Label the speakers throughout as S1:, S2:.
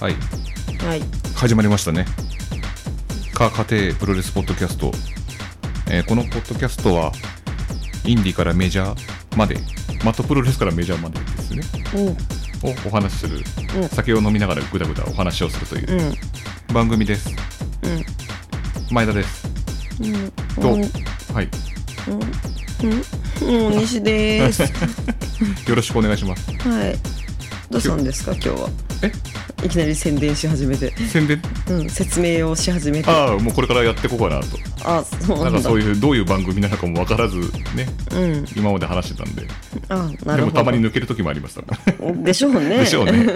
S1: はい
S2: はい
S1: 始まりましたねか家庭プロレスポッドキャスト、えーこのポッドキャストはインディからメジャーまでマットプロレスからメジャーまでですね
S2: うん
S1: をお話しする、
S2: うん
S1: 酒を飲みながらぐだぐだお話をするという
S2: うん
S1: 番組です
S2: う
S1: 前田です
S2: んうんう
S1: と、
S2: ん
S1: はい
S2: うんうん西です
S1: よろしくお願いします
S2: はいどうしたんですか今日は
S1: え
S2: いきなり宣伝し始めて
S1: 宣伝
S2: うん説明をし始めてあ
S1: ああもうこれからやっていこうかなと
S2: そうな
S1: な
S2: んん
S1: か
S2: だ
S1: そういうどういう番組なのかも分からずね
S2: うん
S1: 今まで話してたんで
S2: あな
S1: で
S2: るほど
S1: もたまに抜ける時もありましたから
S2: でしょうね
S1: でしょうね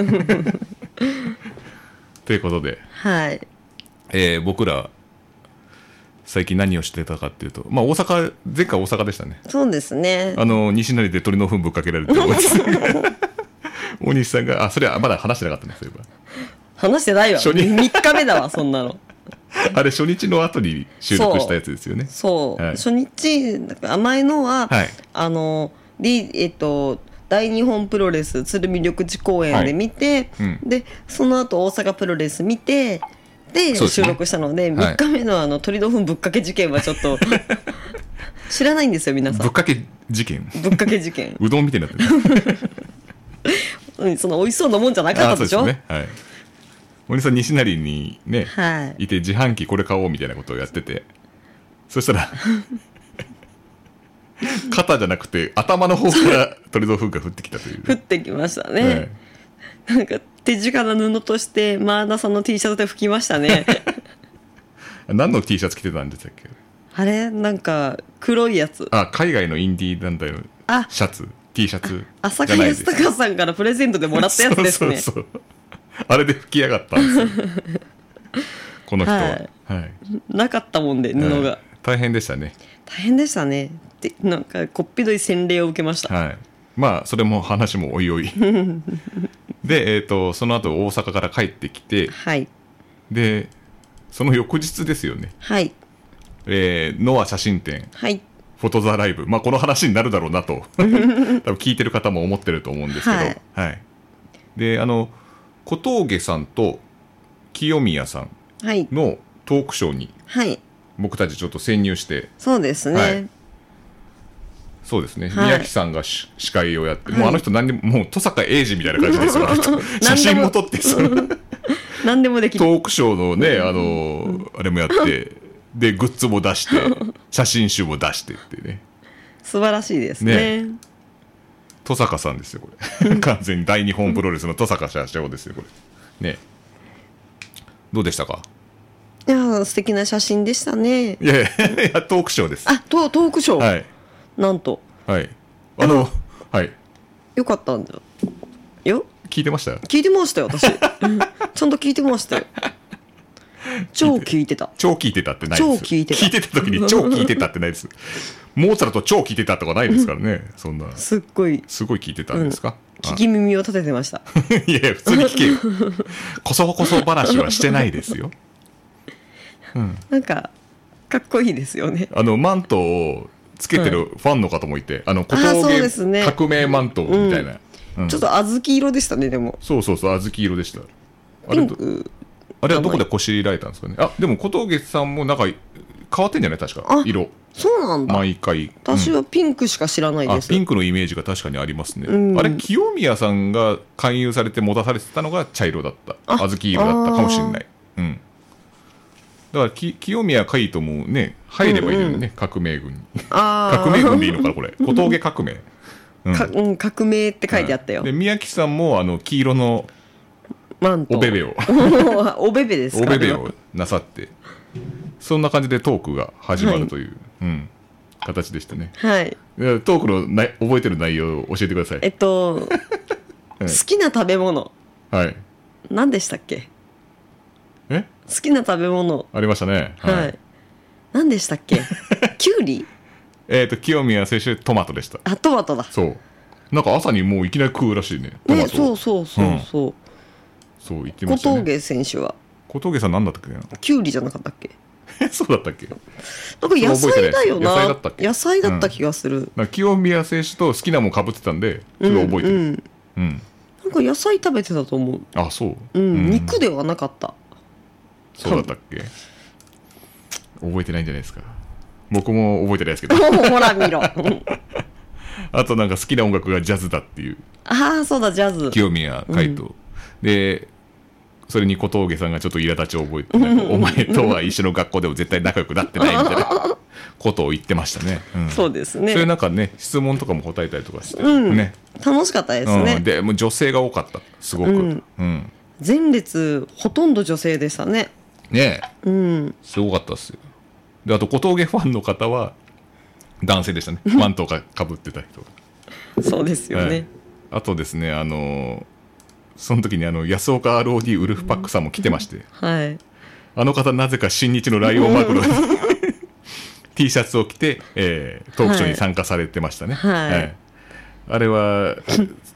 S1: ということで、
S2: はい
S1: えー僕ら最近何をしてたかっていうとまあ大阪前回大阪でしたね
S2: そうですね
S1: あの西成で鳥の糞ぶっかけられてる 大西さんがあそれはまだ話してなかったねそういえ
S2: 話してないわ
S1: 初
S2: 3
S1: 日
S2: 日目だわそんなの
S1: ばあれ初日の後に収録したやつですよね
S2: そう、
S1: はい
S2: 初日なんか甘いのは、
S1: はい
S2: あのリえっと大日本プロレス鶴見緑地公園で見て、
S1: はいうん
S2: でその後大阪プロレス見てで
S1: そうですね
S2: 収録したので
S1: はい
S2: 3日目のあの鳥の糞ぶっかけ事件はちょっと 知らないんですよ皆さ
S1: ぶっ
S2: ん
S1: かけ事件
S2: ぶっかけ事件
S1: うどんみたいになってる
S2: うんその美味しそうなもんじゃなか
S1: あ
S2: ったでしょ
S1: そうですね。はい。森さん、西成にね、
S2: はい
S1: い、て自販機これ買おうみたいなことをやってて、そしたら、 肩じゃなくて頭の方から鳥の風が降ってきたという。
S2: 降ってきましたね、
S1: はい
S2: なんか手近な布として前田さんの T シャツで拭きましたね
S1: 何の T シャツ着てたんでしたっけ
S2: あれなんか黒いやつ
S1: あ、海外のインディー団体の
S2: あ
S1: シャツ、T シャツ。
S2: 浅
S1: じゃ
S2: 香
S1: ないで
S2: 康
S1: す
S2: 隆さんからプレゼントでもらったやつですね。
S1: そうそうそう。あれで吹き上がった んですよ。この人は。
S2: はい
S1: はい
S2: なかったもんで布が、
S1: はい大変でしたね。
S2: 大変でしたねでなんかこっぴどい洗礼を受けました、
S1: はい、まあそれも話もお いおいで、えー、とその後大阪から帰ってきて
S2: はい
S1: でその翌日ですよね、
S2: はい
S1: えーノア写真展
S2: はい
S1: フォトザライブ、まあ、この話になるだろうな と多分聞いてる方も思ってると思うんですけど、は
S2: はいい
S1: であの小峠さんと清宮さん
S2: はい
S1: のトークショーに
S2: はい
S1: 僕たちちょっと潜入して
S2: そうですね、
S1: はいそうですね、
S2: はい
S1: 宮城さんがし司会をやって、
S2: は
S1: もう
S2: い
S1: あの人何でももう登坂英二みたいな感じですよ あの人写真も撮ってその
S2: 何でもでき
S1: ト
S2: る
S1: ークショーのね、あのーあれもや って、で、グッズも出して、写真集も出してってね。
S2: 素晴らしいですね
S1: 登坂さんですよ、これ。 完全に大日本プロレスの登坂社長ですよ、これ。ね。どうでしたか
S2: いやー素敵な写真でしたね
S1: いやいや、 いやトークショーです。
S2: あトトークショー、
S1: はい。
S2: なんと
S1: はい。あの、はい。
S2: よかったんだよよ
S1: 聞いてました
S2: 聞いてましたよ私、 うんちゃんと聞いてましたよ超聞いてた
S1: 超聞いてたってないです。
S2: 超聞いてた
S1: 聞いてた 時に超聞いてたってないです。モーツァルト超聞いてたとかないですからね、そんな。
S2: すっごい
S1: すごい聞いてたんですか、あ
S2: 聞き耳を立ててました
S1: いやいや、普通に聞けよ。こそこそ話はしてないですよ。
S2: なんかかっこいいですよね。
S1: あの、マントをつけてるファンの方もいて、あの、小
S2: あーそうです
S1: 峠
S2: ね
S1: 革命マントみたいな。うん
S2: ちょっと小豆色でしたねでも。
S1: そうそうそう、小豆色でした。あ
S2: ピ
S1: れ
S2: ン、ク
S1: あれはどこでこしらえたんですかね。あ、でも小峠さんもなんか変わってんじゃない確か
S2: あ。
S1: 色。
S2: そうなんだ。
S1: 毎回。
S2: 私
S1: うん
S2: はピンクしか知らない
S1: あ
S2: です。
S1: ピンクのイメージが確かにありますね、
S2: うん
S1: あれ清宮さんが勧誘されて持たされてたのが茶色だった
S2: あ
S1: 小豆色だったかもしれない、うん、だからき清宮海斗もね入ればいいのにね、革命軍に
S2: あ
S1: 革命軍でいいのかなこ れ小峠革命、うん
S2: ーかうん革命って書いてあったよ。
S1: で宮城さんもあの黄色の
S2: マント。
S1: おべべを
S2: おべべです
S1: お
S2: か。
S1: べべをなさってそんな感じでトークが始まるという、うん、形でしたね
S2: はい。
S1: いやトークのな覚えてる内容を教えてください
S2: えっと、
S1: うん
S2: 好きな食べ物
S1: はい
S2: 何でしたっけ？
S1: え
S2: 好きな食べ物
S1: ありましたね
S2: はい。何でしたっ け？キュウリ？
S1: えっ、と、清宮選手、トマトでした。
S2: あトマトだ。
S1: そう。なんか朝にもういきなり食うらしいね。トマ
S2: ね
S1: ト。
S2: そうそうそうそう。
S1: そう言ってま
S2: 小
S1: したね。
S2: 峠選手は
S1: 小峠さん何だったっけな
S2: キュウリじゃなかったっけ？
S1: そうだったっけなん
S2: なんか野菜だよな。
S1: それ覚えてないです野菜だったっけ
S2: 野菜だった気がする。
S1: か清宮選手と好きなもん被ってたんで、それ覚えてる。
S2: うんうん
S1: う
S2: な
S1: ん。
S2: んなんか野菜食べてたと思う
S1: あそう、
S2: うん、肉ではなかった
S1: そうだったっけ覚えてないんじゃないですか僕も覚えてないですけど
S2: おほら見ろ
S1: あとなんか好きな音楽がジャズだっていう
S2: ああそうだジャズ
S1: 清宮海斗、でそれに小峠さんがちょっと苛立ちを覚えてなんかお前とは一緒の学校でも絶対仲良くなってないみたいなことを言ってましたね、うん
S2: そうですね
S1: そういうなんかね質問とかも答えたりとかして、
S2: うん
S1: ね
S2: 楽しかったですね、
S1: うん、でもう女性が多かったすごく、
S2: うん
S1: うん
S2: 前列ほとんど女性でしたね
S1: ねえ
S2: うん
S1: すごかったっすよであと小峠ファンの方は男性 でしたねマントがかぶってた人が、
S2: そうですよね、
S1: はいあとですねあのーその時にあの安岡 ROD ウルフパックさんも来てまして、
S2: はい。
S1: あの方なぜか新日のライオンマグロ T シャツを着て、えートークショーに参加されてましたね、
S2: はい
S1: あれは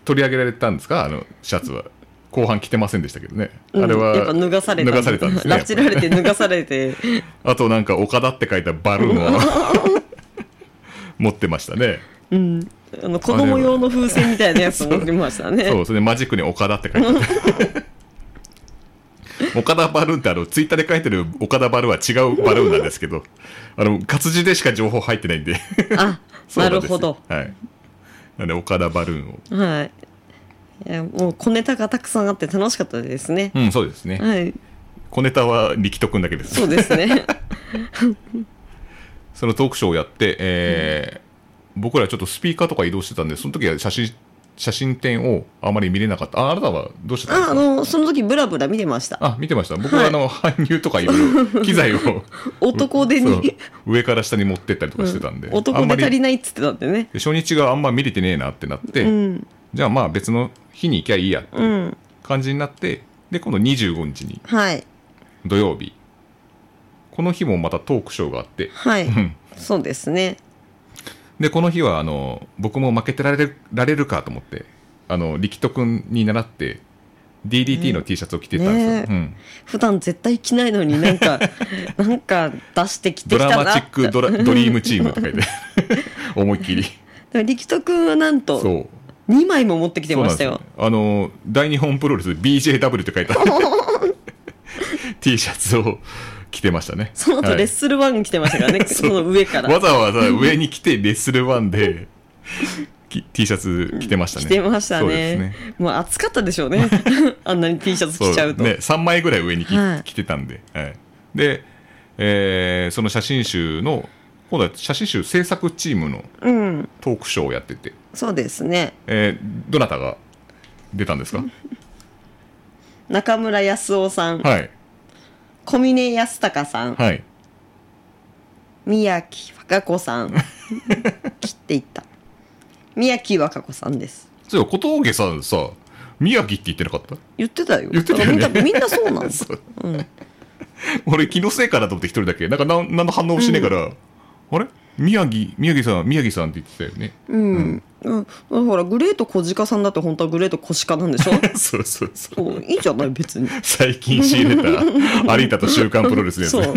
S1: 取り上げられたんですかあのシャツは後半着てませんでしたけどね、
S2: うん
S1: あれは
S2: やっぱ脱がされた。
S1: 脱がされたんですね
S2: 拉致られて脱がされ て。
S1: あとなんか岡田って書いたバル ーンを持ってましたね。
S2: うん。あの子供用の風船みたいなやつ持ってました
S1: そ
S2: ね。
S1: う、それでマジックに岡田って書いて た。岡田バルーンってあのツイッターで書いてる岡田バルーンは違うバルーンなんですけど、あの活字でしか情報入ってないんで。
S2: あ、
S1: そう
S2: なんる
S1: です
S2: ほど。
S1: はい。なんで岡田バルーンを。
S2: はい。いやもう小ネタがたくさんあって楽しかったですね。
S1: うん、そうですね。
S2: はい。
S1: 小ネタは力斗くんだけです。
S2: そうです ね。
S1: そのトークショーをやって、えー僕らちょっとスピーカーとか移動してたんで、その時は写真、写真展をあまり見れなかった。あ、あなたはどうしてたん
S2: あ、
S1: ですか
S2: あのその時ブラブラ見てました。
S1: あ、見てました。僕はあの、搬入とかいろ いろ機材を
S2: 男手に
S1: そう上から下に持ってったりとかしてたんで、あ
S2: 男
S1: んま
S2: で足り
S1: り
S2: ないっつってたんでね。
S1: 初日があんま見れてねえなってなって、
S2: うん。
S1: じゃあまあ別の日に行きゃいいやって
S2: う。
S1: いうん感じになって、で、今度25日に
S2: はい。
S1: 土曜日、この日もまたトークショーがあって、
S2: はい
S1: うん。
S2: そうですね。
S1: で、この日はあの、僕も負けてられるられるかと思って、あの、力斗くんに習って、DDT の T シャツを着てたんですよ。
S2: ねえ
S1: うん
S2: 普段絶対着ないのになん かなんか出してきて
S1: ド
S2: きたな
S1: ラマチッ
S2: って
S1: クドラドリームチームって書いて 思いっきり
S2: でも力斗くんはなん
S1: そ
S2: と
S1: う
S2: 2枚も持ってきてましたよ
S1: そうなんですよあの大日本プロレス BJW って 書いた T シャツを着てましたね
S2: その後レッスルワン来てましたからね、 その上か
S1: は
S2: ら
S1: い、わざわざ上に来てレッスルワン でき T シャツ着てましたね
S2: 来てました
S1: そうです
S2: ね
S1: ね
S2: もう暑かったでしょう ねあんなに T シャツ
S1: そう
S2: 着ちゃうと
S1: ね、3枚ぐらい上にき、
S2: はい
S1: 着てたんで、はい、で、えーその写真集の今度は写真集制作チームの
S2: うん
S1: トークショーをやってて
S2: そうですね
S1: えーどなたが出たんですか
S2: 中村康夫さん、
S1: はい。
S2: 小峰康隆さん、
S1: はい。
S2: 宮城和歌子さん 切っていった宮城和歌子さんです
S1: そういえば小峠さんさ、宮城って言ってなかった
S2: 言ってたよ
S1: 言ってたよね
S2: 多分みんなみんなそうなんです
S1: そう
S2: うん
S1: 俺、気のせいかなと思って一人だけ。なんか何、なんの反応もしねえから、あれ宮城、宮城さん、宮城さんって言ってたよね。
S2: うん、うん、ほらグレート小鹿さんだって本当はグレート小鹿なんでしょ
S1: そうそうそう。
S2: そういいじゃない別に
S1: 最近仕入れ た、有田と週刊プロレスです
S2: そ
S1: ね
S2: う。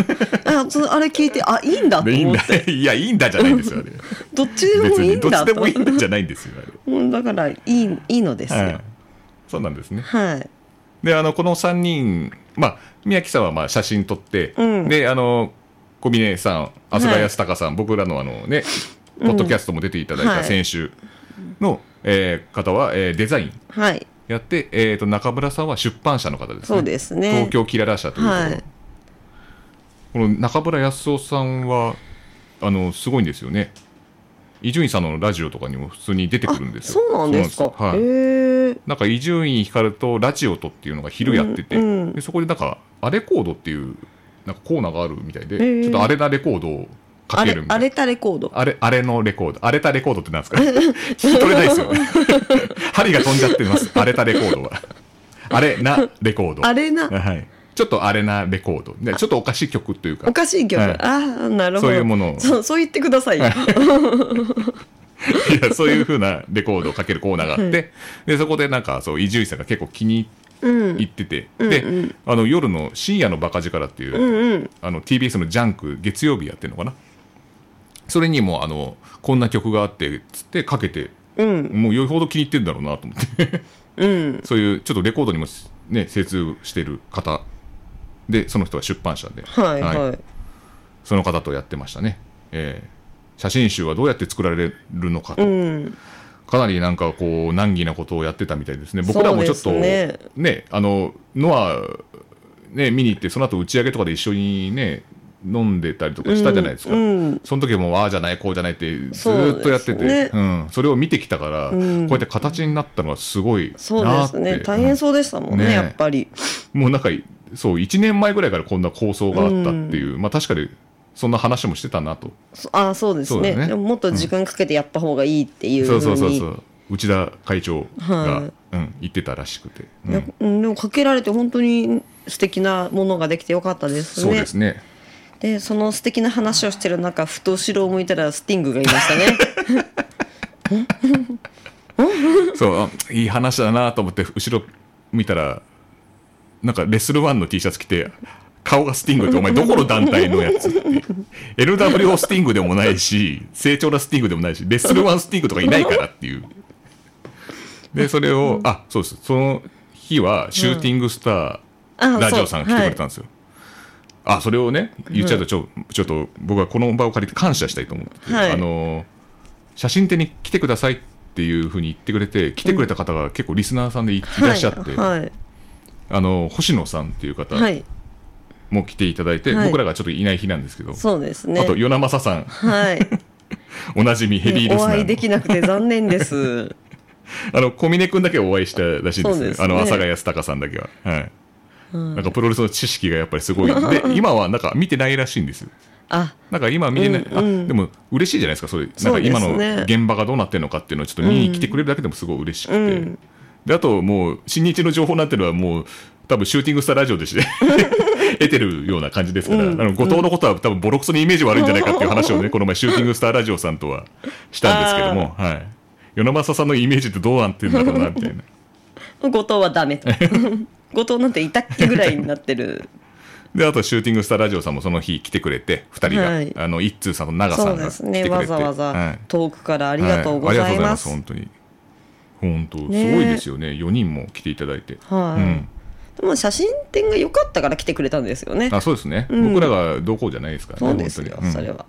S2: あそのあれ聞いてあいいんだと
S1: でいいん
S2: 思っ
S1: だ
S2: て。
S1: いや、いいんだじゃないんですよ、あ れ。
S2: どっちでも
S1: 別
S2: いい
S1: に、
S2: ん
S1: どっち
S2: だ
S1: で
S2: と
S1: もいいんだじゃないんですよ、
S2: うんだからいいいいのですよ
S1: あれ。
S2: は
S1: はいい。そうなんですね。であのこの3人、まあ、宮城さんはまあ写真撮って、
S2: うん
S1: であの小峰さん、浅賀康隆さん、僕らのあの、ね、ポッドキャストも出ていただい
S2: は
S1: た
S2: い
S1: 選手の、えー方は、えーデザイン
S2: はい
S1: やって、えー、と中村さんは出版社の方ですね。
S2: そうですね
S1: 東京キララ社というところ、
S2: はい
S1: この中村康夫さんはあのすごいんですよね。伊集院さんのラジオとかにも普通に出てくるんですよ。
S2: そうなんですか
S1: そうな
S2: へ
S1: んはい
S2: え
S1: なんか伊集院光とラジオとっていうのが昼やってて、
S2: うんうん
S1: でそこでなんかアレコードっていうなんかコーナーがあるみたいで、
S2: ー
S1: ちょっとアレなレコードをか
S2: あ
S1: ける
S2: れ
S1: みた
S2: あ
S1: いな。
S2: れたレコード
S1: あれ、あれのレコード。荒れたレコードってなんですか 聞き取れないで すよね。針が飛んじゃってます。荒れたレコードは。あれなレコード。
S2: あれな
S1: はい。ちょっとあれなレコード。でちょっとおかしい曲というか
S2: お、かしい曲、
S1: はい
S2: ああなるほど
S1: そういうものを
S2: そうそう言ってくださいよ、
S1: いやそういう風なレコードをかけるコーナーがあって、で、そこでなんか、そう、伊集院さんが結構気に
S2: うん
S1: 行ってて、で、
S2: うんうん
S1: あの夜の深夜のバカ力っていう、
S2: うんうん
S1: あの TBS のジャンク月曜日やってるのかなそれにもあのこんな曲があってつってかけて
S2: うん
S1: もうよほど気に入ってるんだろうなと思って
S2: うん
S1: そういうちょっとレコードにも、ね、精通してる方でその人は出版社で、
S2: はいはい、
S1: その方とやってましたね、えー写真集はどうやって作られるのか
S2: う
S1: と、
S2: ん
S1: かなりなんかこう難儀なことをやってたみたいですね僕らもちょっと
S2: そうで
S1: ね
S2: す
S1: あのノア、ね、見に行ってその後打ち上げとかで一緒にね飲んでたりとかしたじゃないですか、
S2: うん
S1: その時もああじゃないこうじゃないってずーっとやっ
S2: そ
S1: て
S2: う
S1: て
S2: ですね
S1: ん、それを見てきたから、
S2: ん
S1: こうやって形になったのはすごいなーって
S2: そうですね大変そうでしたもんね
S1: ね
S2: やっぱり
S1: もうなんかそう1年前ぐらいからこんな構想があったっていう、まあ確かにそんな話もしてたなと、
S2: そあそうです
S1: そう
S2: ね
S1: だね
S2: でももっと時間かけてやった方がいいっていうふ
S1: そうう
S2: に
S1: そうそうそう内田会長が、
S2: はい
S1: うん、言ってたらしくて、うん
S2: いやうんでもかけられて本当に素敵なものができてよかったですね
S1: そうですね
S2: でその素敵な話をしてる中ふと後ろを向いたらスティングがいましたね
S1: そうあいい話だなと思って後ろ見たらなんかレスルワンの T シャツ着て顔がスティングってお前どこの団体のやつって LWO スティングでもないし成長なスティングでもないしレッスルワンスティングとかいないからっていうでそれをあそうですその日はシューティングスター、
S2: うんあ
S1: ラジオさんが来てくれたんですよ、あそれをね言っちゃうとちょちょっと僕はこの場を借りて感謝したいと思ってて、
S2: はい
S1: あのー写真展に来てくださいっていうふうに言ってくれて来てくれた方が結構リスナーさんでい,、らっしゃって、
S2: はい
S1: あのー星野さんっていう方
S2: はい、はい、
S1: も来ていただいて、
S2: はい
S1: 僕らがちょっといない日なんですけど、
S2: そうですね
S1: あと与那正さん
S2: はい
S1: おなじみヘビーリス
S2: お
S1: ナ
S2: 会いで
S1: ー
S2: きなくて残念です
S1: のあの小峰君だけお会いしたらしいん
S2: そ
S1: で
S2: う
S1: す,、
S2: ですね
S1: あの阿佐ヶ谷隆さんだけは、はいなんかプロレスの知識がやっぱりすごい で今はなんか見てないらしいんですよ
S2: あ
S1: なんか今見れない、
S2: うんうん
S1: あでも嬉しいじゃないですかそういうな
S2: そ
S1: んか
S2: うです
S1: 今
S2: ね
S1: の現場がどうなってるのかっていうのをちょっと見に来てくれるだけでもすごい嬉しくて、
S2: うん
S1: であともう新日の情報なんていうのはもう多分シューティングスターラジオでして 得てるような感じですから、あの後藤のことは多分ボロクソにイメージ悪いんじゃないかっていう話をねこの前シューティングスターラジオさんとはしたんですけども、はい、与那正さんのイメージってどうなってるんだろうな みたいな
S2: 後藤はダメと 後藤なんていたっけぐらいになって る
S1: であとシューティングスターラジオさんもその日来てくれて2人が、
S2: はい
S1: あの一通さんと長さ
S2: そ
S1: ん
S2: う
S1: が
S2: で
S1: 来て
S2: す
S1: くれ
S2: ね
S1: て
S2: わざわ
S1: は
S2: ざ
S1: い
S2: 遠くからありがとうございます,、
S1: はありがとうござい本当に本当、
S2: ねえ
S1: すごいですよね4人も来ていただいて、
S2: はい
S1: うん、
S2: でも写真展が良かったから来てくれたんですよね
S1: あそうですね、
S2: うん
S1: 僕らがどうこうじゃないですからね
S2: そうですよ、
S1: 本
S2: そ
S1: 当にうん
S2: れは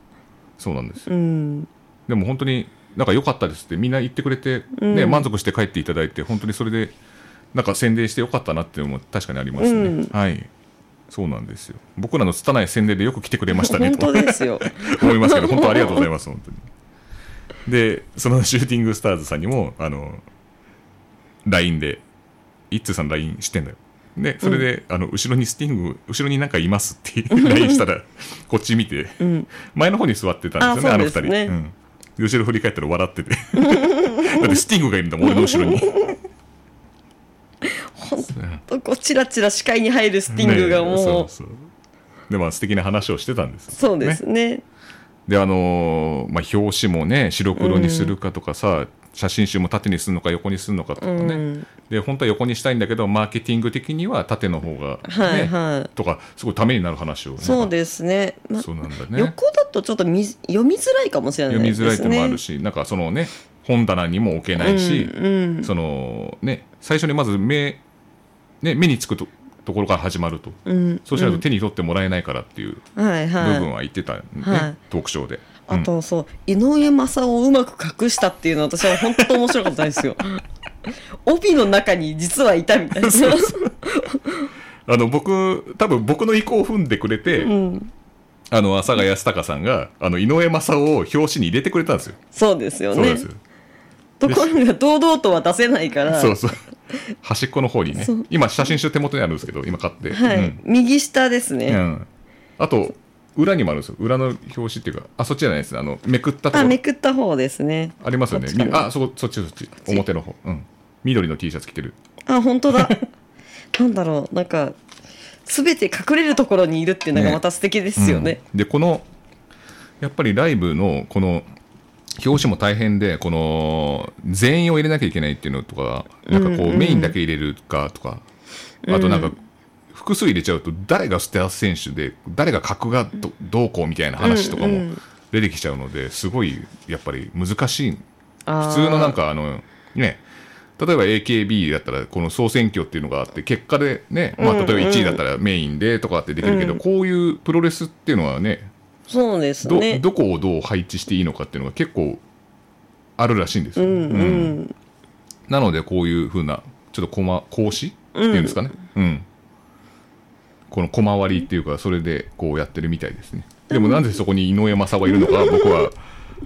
S1: そうなんですよ
S2: うん
S1: でも本当になんか良かったですってみんな言ってくれて、ね満足して帰っていただいて本当にそれでなんか宣伝して良かったなっていうのも確かにありますね、
S2: うん
S1: はいそうなんですよ僕らの拙い宣伝でよく来てくれましたね
S2: 本
S1: と
S2: 当です よ
S1: 思いますけど本当ありがとうございます本当にでそのシューティングスターズさんにもあの LINE で「一通さん LINE してんだよ」でそれで、あの後ろにスティング後ろになんかいますって LINE したらこっち見て、前の方に座ってたんですよねあ
S2: あ
S1: の
S2: そう
S1: 二
S2: ですね
S1: 人、うんで後ろ振り返ったら笑っ ててだってスティングがいるんだもん俺の後ろに
S2: こうチラチラ視界に入るスティングがもう、
S1: ねそ
S2: そう
S1: そうでまあ素敵な話をしてたんです
S2: うですね
S1: であのーまあ、表紙もね白黒にするかとかさ、写真集も縦にするのか横にするのかとかね、
S2: うん
S1: で本当は横にしたいんだけどマーケティング的には縦の方が、ね
S2: はいはい
S1: とかすごいためになる話をね、
S2: そうですね、まあ
S1: そうなんだね
S2: 横だとちょっとみ読みづらいかもしれない
S1: 読
S2: で
S1: み
S2: す
S1: づ
S2: ね
S1: らいってのもあるし、なんかそのね本棚にも置けないし、
S2: うんうん
S1: そのね最初にまず目,、ね、目につくとところから始まると、
S2: うん
S1: そうしないと手に取ってもらえないからっていう
S2: はい
S1: 部
S2: はい
S1: 分は言ってたね、
S2: はい
S1: トークショーで。
S2: あとそう、井上正雄をうまく隠したっていうのは私は本当面白かった ですよ帯の中に実はいたみたいな
S1: あの僕多分僕の意向を踏んでくれて、
S2: ん
S1: あの阿佐ヶ谷隆さんがあの井上正雄を表紙に入れてくれたんですよ。
S2: そうですよ
S1: そうなん
S2: ね
S1: ですよ。
S2: ところが堂々とは出せないから
S1: そうそう。端っこの方にね
S2: そう。
S1: 今写真集手元にあるんですけど今買って。
S2: はい、
S1: うん
S2: 右下です
S1: う
S2: ね、
S1: ん。あと裏にもあるんですよ。裏の表紙っていうかあそっちじゃないですね。あのめくったと
S2: あ
S1: こ
S2: め
S1: ろ
S2: くった方ですね
S1: ありますよね
S2: こっちか。な
S1: あそこそっちそっち表の方。うん。緑の T シャツ着てる。
S2: あ本 当だなんだろうなんか全て隠れるところにいるっていうのが
S1: ね
S2: また素敵ですよね
S1: うんでこのやっぱりライブのこの表紙も大変でこの全員を入れなきゃいけないっていうのとかなんかこう、メインだけ入れるかとかあとなんか複数入れちゃうと誰がステア選手で誰が格がどどうこうみたいな話とか
S2: うんう
S1: も出てきちゃうのですごいやっぱり難しい
S2: あー
S1: 普通のなんかあのね例えば AKB だったらこの総選挙っていうのがあって結果でね、まあ、例えば1位だったらメインでとかってできるけど、こういうプロレスっていうのはね
S2: そうです
S1: ど
S2: ね
S1: どこをどう配置していいのかっていうのが結構あるらしいんですよ、
S2: うんう
S1: うん
S2: ん
S1: なのでこういうふうなちょっと駒講師っていうんですかね、うんこの駒割りっていうかそれでこうやってるみたいですねでもなんでそこに井上正雄がいるのかは僕は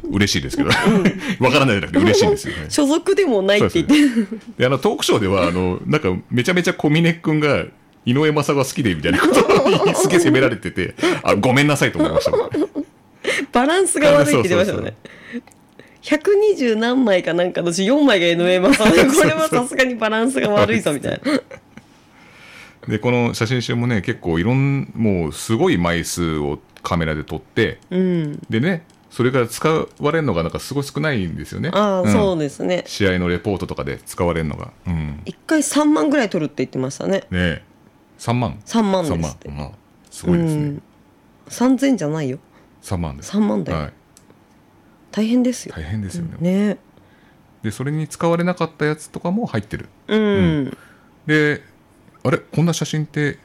S1: 嬉しいですけど わからないじゃなくて嬉しいんですよね
S2: 所属でもないって言って
S1: であのトークショーではあのなんかめちゃめちゃ小峰君が井上正雄が好きでみたいなこと をすげえ責められててあごめんなさいと思いましたもんね
S2: バランスが悪いって言ってましたよね。120何枚かなんかのうち4枚が NA マ サでこれはさすがにバランスが悪いぞみたいな。
S1: でこの写真集もね結構いろんもうすごい枚数をカメラで撮って
S2: うん。
S1: でねそれから使われるのがなんかすごい少ないんですよね
S2: ああ、
S1: うん
S2: そうですね。
S1: 試合のレポートとかで使われるのが、うん、ね
S2: 1回3万ぐらい取るって言ってましたね。
S1: え3万
S2: 3万
S1: 3
S2: で
S1: 万
S2: すって。
S1: まあすごいですね、
S2: うん3000じゃないよ。
S1: 3万です
S2: 3万だよ。
S1: はい、
S2: 大変ですよ。
S1: 大変ですよね、
S2: ね。
S1: でそれに使われなかったやつとかも入ってる
S2: うん。
S1: であれこんな写真って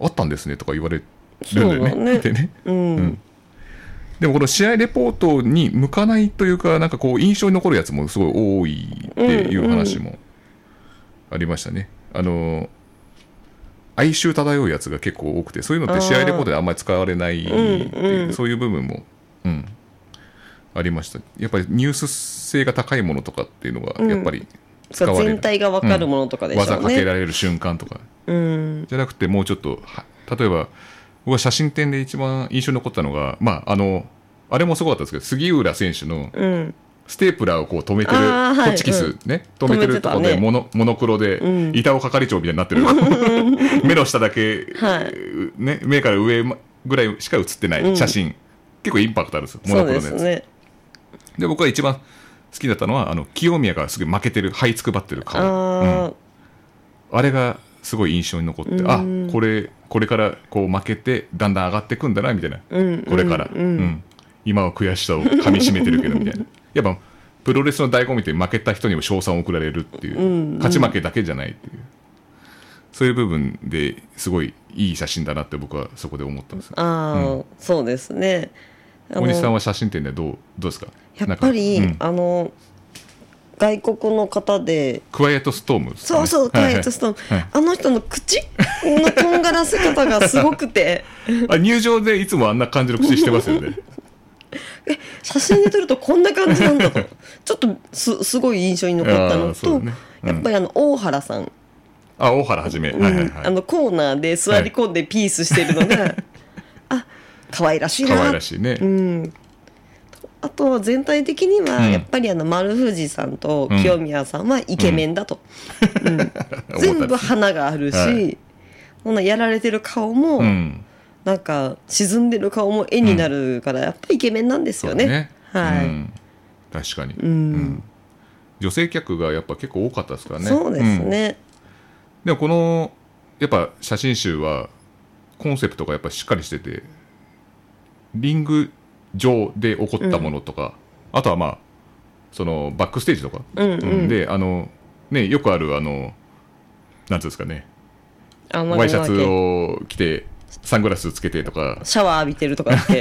S1: あったんですねとか言われるんだ
S2: そ
S1: よ
S2: う
S1: ね
S2: だね
S1: でね
S2: うん。
S1: でもこの試合レポートに向かないというかなんかこう印象に残るやつもすごい多いっていう話もありましたね、あの哀愁漂うやつが結構多くてそういうのって試合レポートであんまり使われないっていう
S2: うんうん
S1: そういう部分も、うん、ありましたやっぱりニュース性が高いものとかっていうのがやっぱり使われる、
S2: 全体が分かるものとかでしょ
S1: 技
S2: う
S1: かけ
S2: ね。
S1: られる瞬間とか
S2: うん。
S1: じゃなくてもうちょっとは例えば僕は写真展で一番印象に残ったのがまああのあれもすごかったんですけど杉浦選手の
S2: うん。
S1: ステープラーをこう止めてる、
S2: あーはい
S1: ホッチキスね、止めてるとこ
S2: 止めて
S1: で
S2: たね
S1: モノ,、モノクロで、
S2: うん
S1: 板尾係長みたいになってる目の下だけ、
S2: は
S1: ね、目から上ぐらいしか写ってな
S2: う
S1: い
S2: ん
S1: 写真、結構インパクトあるんですよモ
S2: そ
S1: ノ
S2: う
S1: ク
S2: で
S1: ロのや
S2: す
S1: つで,、
S2: ね。
S1: 僕が一番好きだったのはあの清宮がすごい負けてる這いつくばってる顔うん
S2: ああ。
S1: あれがすごい印象に残って、
S2: うん
S1: あこれこれからこう負けてだんだん上がっていくんだなみたいな、
S2: うん
S1: これから、
S2: うん
S1: 今は悔しさをかみしめてるけどみ たいなやっぱプロレスの醍醐味って負けた人にも賞賛を送られるっていう、
S2: うんうん
S1: 勝ち負けだけじゃないっていうそういう部分ですごいいい写真だなって僕はそこで思ったんですよ
S2: ああ、そうですね。あの
S1: 大西さんは写真展でどうどうですか
S2: やっぱり、
S1: なんかうん
S2: あの外国の方で
S1: クワイエットストームですかね、
S2: そうそう、
S1: は
S2: はいい
S1: はい
S2: ちょっと
S1: はい
S2: あの人の口のとんがらせ方がすごくて
S1: あ入場でいつもあんな感じの口してますよね
S2: 写真で撮るとこんな感じなんだとちょっとすすごい印象に残った
S1: あー
S2: の
S1: そ
S2: と、
S1: うだねうん
S2: やっぱりあの大原さん、
S1: あ大原はじめ、
S2: うん
S1: はいはいはい
S2: あのコーナーで座り込んでピースしてるのが、あ可愛らしいな
S1: 可愛らしいね、
S2: うん、あとは全体的には
S1: うん
S2: やっぱりあの丸藤さんと清宮さんはイケメンだと、 うん全部花があるし、
S1: はい
S2: そんなやられてる顔も、
S1: うん、
S2: なんか沈んでる顔も絵になるからやっぱイケメンなんです
S1: そ
S2: よ
S1: う
S2: ね。
S1: ね
S2: はい、
S1: うん確かに、
S2: うん
S1: 女性客がやっぱ結構多かったですからね
S2: そうです
S1: うん
S2: ね、
S1: でもこのやっぱ写真集はコンセプトがやっぱしっかりしててリング上で起こったものとか、あとはまあそのバックステージとか、
S2: うんうん
S1: であのねよくあるあのなんていうんですかね
S2: あんまり
S1: ワイシャツ
S2: まあ
S1: を着てサングラスつけてとか
S2: シャワー浴びてるとか って、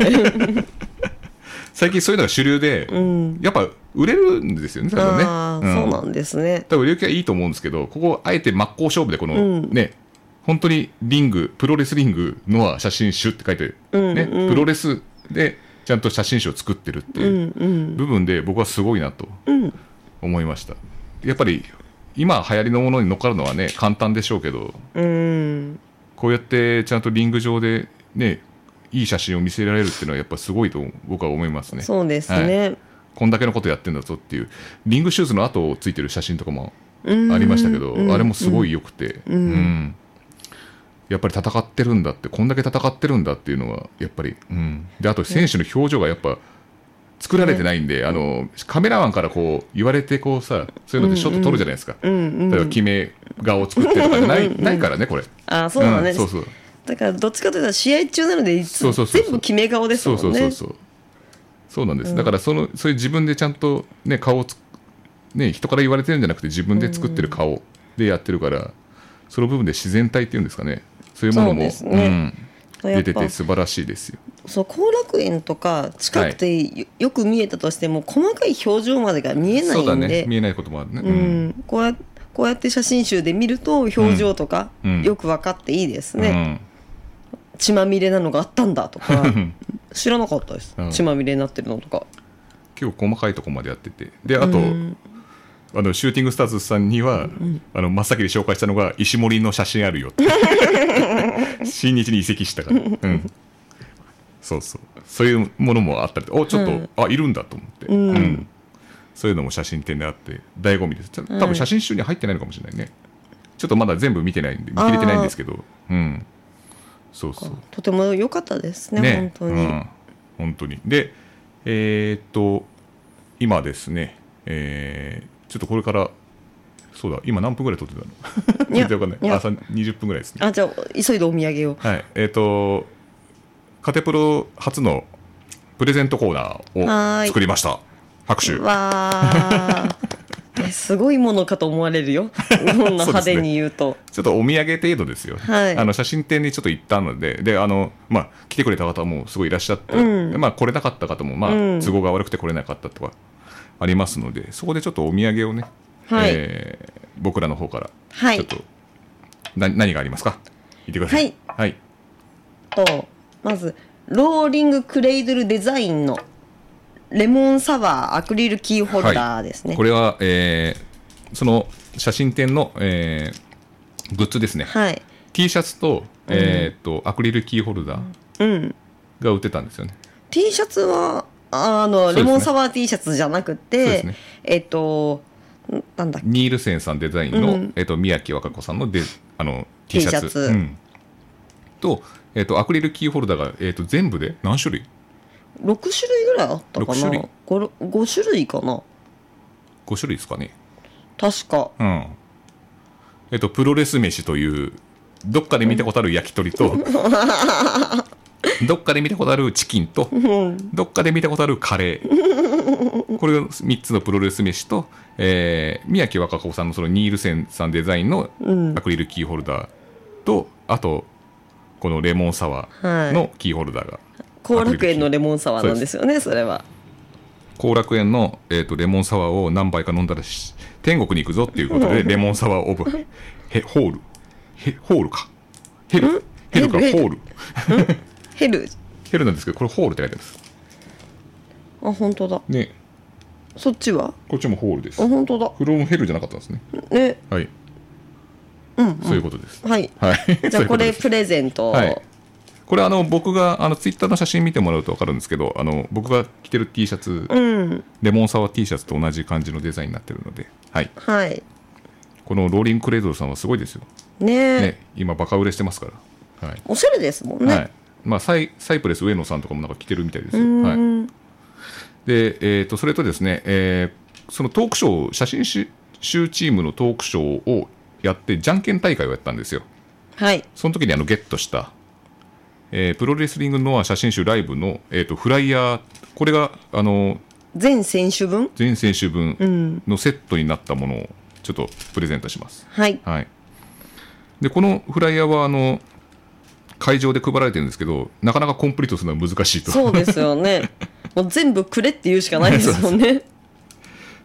S1: 最近そういうのが主流で、
S2: うん、
S1: やっぱ売れるんですよね、多分ね。
S2: ああ、
S1: ん、
S2: そうなんですね。
S1: 多分売れ行きはいいと思うんですけど、ここ、あえて真っ向勝負で、この、
S2: うん
S1: ね、本当にリング、プロレスリングの写真集って書いて、
S2: うん
S1: ね、
S2: うん
S1: プロレスでちゃんと写真集を作ってるって
S2: う
S1: いうん
S2: うん
S1: 部分で、僕はすごいなと
S2: うん
S1: 思いました。やっぱり、今流行りのものに乗っかるのはね、簡単でしょうけど、
S2: うん
S1: こうやってちゃんとリング上で、ね、いい写真を見せられるっていうのは、やっぱすごいと僕は思いますね。
S2: そうですね。
S1: こんだけのことやってんだぞっていうリングシューズの後をついてる写真とかも
S2: うん
S1: ありましたけど、
S2: うん
S1: あれもすごい良くて、
S2: うん
S1: うんやっぱり戦ってるんだってこんだけ戦ってるんだっていうのはやっぱり、うん、であと選手の表情がやっぱ作られてないんで、あのカメラマンからこう言われてこうさそういうのでショット撮るじゃないですか、
S2: うんうん
S1: 例えば決め顔を作ってとかじゃないないからねこれ
S2: あーそうだね、
S1: んそうそう
S2: だからどっちかというと試合中なのでいつ
S1: そうそうそうそう
S2: 全部決め顔です
S1: そ
S2: も
S1: うん
S2: ね
S1: そうそうそうそうなんです、だからそのそういう自分でちゃんとね顔をつね、人から言われてるんじゃなくて自分で作ってる顔でやってるから、その部分で自然体っていうんですかねそういうものも
S2: そうですね
S1: うん、
S2: やっ
S1: 出
S2: ぱ
S1: てて素晴らしいですよ。
S2: そう後楽園とか近くてよ,、く見えたとしても細かい表情までが見えない
S1: そ
S2: ん
S1: う
S2: で
S1: だね見えないこともあるね。う
S2: うんん、こうやこうやって写真集で見ると表情とか
S1: うんうん
S2: よく分かっていいですね、血まみれなのがあったんだと か
S1: うん
S2: 知らなかったです、
S1: うん
S2: 血まみれになってるのとか
S1: 結構細かいとこまでやっててであと、
S2: うん
S1: あのシューティングスターズさんには、あの真っ先に紹介したのが石森の写真あるよって 新日に移籍したから、うん、そうそうそういうものもあったりとおちょっと、
S2: うん
S1: あいるんだと思って、
S2: うん
S1: そういうのも写真展であって醍醐味ですちょ多分写真集には入ってないのかもしれないね、ちょっとまだ全部見てないんで見切れてないんですけどうんそうそう
S2: とても良かったですね本当に、
S1: うん、本当にでえーっと今ですねえーちょっとこれからそうだ今何分ぐらい撮ってたの
S2: いや
S1: 全然わかんない
S2: いや
S1: あさん20分ぐらいですね
S2: あじゃあ急いでお土産を
S1: はいえーっとカテプロ初のプレゼントコーナ
S2: は
S1: ー
S2: ー
S1: を
S2: い
S1: 作りました拍手
S2: わ ーえすごいものかと思われるよこんな派手に言うと
S1: ちょっとお土産程度ですよ、
S2: はい
S1: あの写真展にちょっと行ったのでであの、まあ、来てくれた方もすごいいらっしゃって、
S2: う
S1: まあ、来れなかった方も、まあ
S2: うん
S1: 都合が悪くて来れなかったとかありますのでそこでちょっとお土産をね、
S2: はい
S1: えー僕らの方から
S2: はい
S1: ちょっと、な何がありますか言ってください。はい、
S2: とまずローリングクレイドルデザインのレモンサワーアクリルキーホルダーですね
S1: これは、えーその写真展の、えーグッズですね、
S2: はい
S1: T シャツと,、えーっとアクリルキーホルダー
S2: うん
S1: が売ってたんですよね。
S2: T シャツはあの、
S1: そうですね
S2: レモンサワー T シャツじゃなく
S1: そうで
S2: て、
S1: すね
S2: えっとんなんだっけ
S1: ニールセンさんデザインの、
S2: うん
S1: えっと宮城和歌子さんのデあの T シャ
S2: T
S1: ツ
S2: シャツ
S1: うんと,、えっとアクリルキーホルダーが、えっと全部で何種類
S2: 6種類ぐらいあったか
S1: 六種類
S2: な 5, 種類かな
S1: ?5 種類ですかね。
S2: 確か
S1: うんえっとプロレス飯というどっかで見たことある焼き鳥とどっかで見たことあるチキンとどっかで見たことあるカレーこれ3つのプロレス飯と、えー宮城和歌子さんのそのニールセンさんデザインのアクリルキーホルダーと、あとこのレモンサワーのキーホルダーが
S2: 後楽園のレモンサワーなんですよねそれは
S1: 後楽園の、えー、とレモンサワーを何杯か飲んだらし天国に行くぞっていうことでレモンサワーオブへホールへホールかヘルヘルかホ
S2: ヘル
S1: ール
S2: ヘル
S1: ヘルなんですけどこれホールって書いてあるんです
S2: あ本当だ
S1: ね
S2: そっちは
S1: こっちもホールです
S2: あ本当だ
S1: フロムヘルじゃなかったんですね
S2: ね
S1: はい、そういうことです
S2: はい
S1: はい
S2: じゃあこ
S1: そう
S2: れ
S1: いうとです
S2: プレゼント、
S1: はいこれあの僕があのツイッターの写真見てもらうと分かるんですけどあの僕が着てる T シャツ、
S2: うん
S1: レモンサワー T シャツと同じ感じのデザインになってるので、はい、
S2: はい
S1: このローリングクレードルさんはすごいですよ
S2: ね
S1: ね、今バカ売れしてますから、はい
S2: おしゃれですもんね、
S1: はいまあ、サイサイプレス上野さんとかもなんか来てるみたいですよ、
S2: う
S1: はい
S2: ん
S1: でえー、とそれとですね、えーそのトークショー写真集集チームのトークショーをやってじゃんけん大会をやったんですよ
S2: はい
S1: その時にあのゲットした、えープロレスリングノア写真集ライブの、えー、とフライヤーこれがあの
S2: 全選手分
S1: 全選手分のセットになったものをちょっとプレゼントします、
S2: はい
S1: はい、でこのフライヤーはあの会場で配られてるんですけどなかなかコンプリートするのは難しいと
S2: そうですよ ねもう全部くれって言うしかないですもんね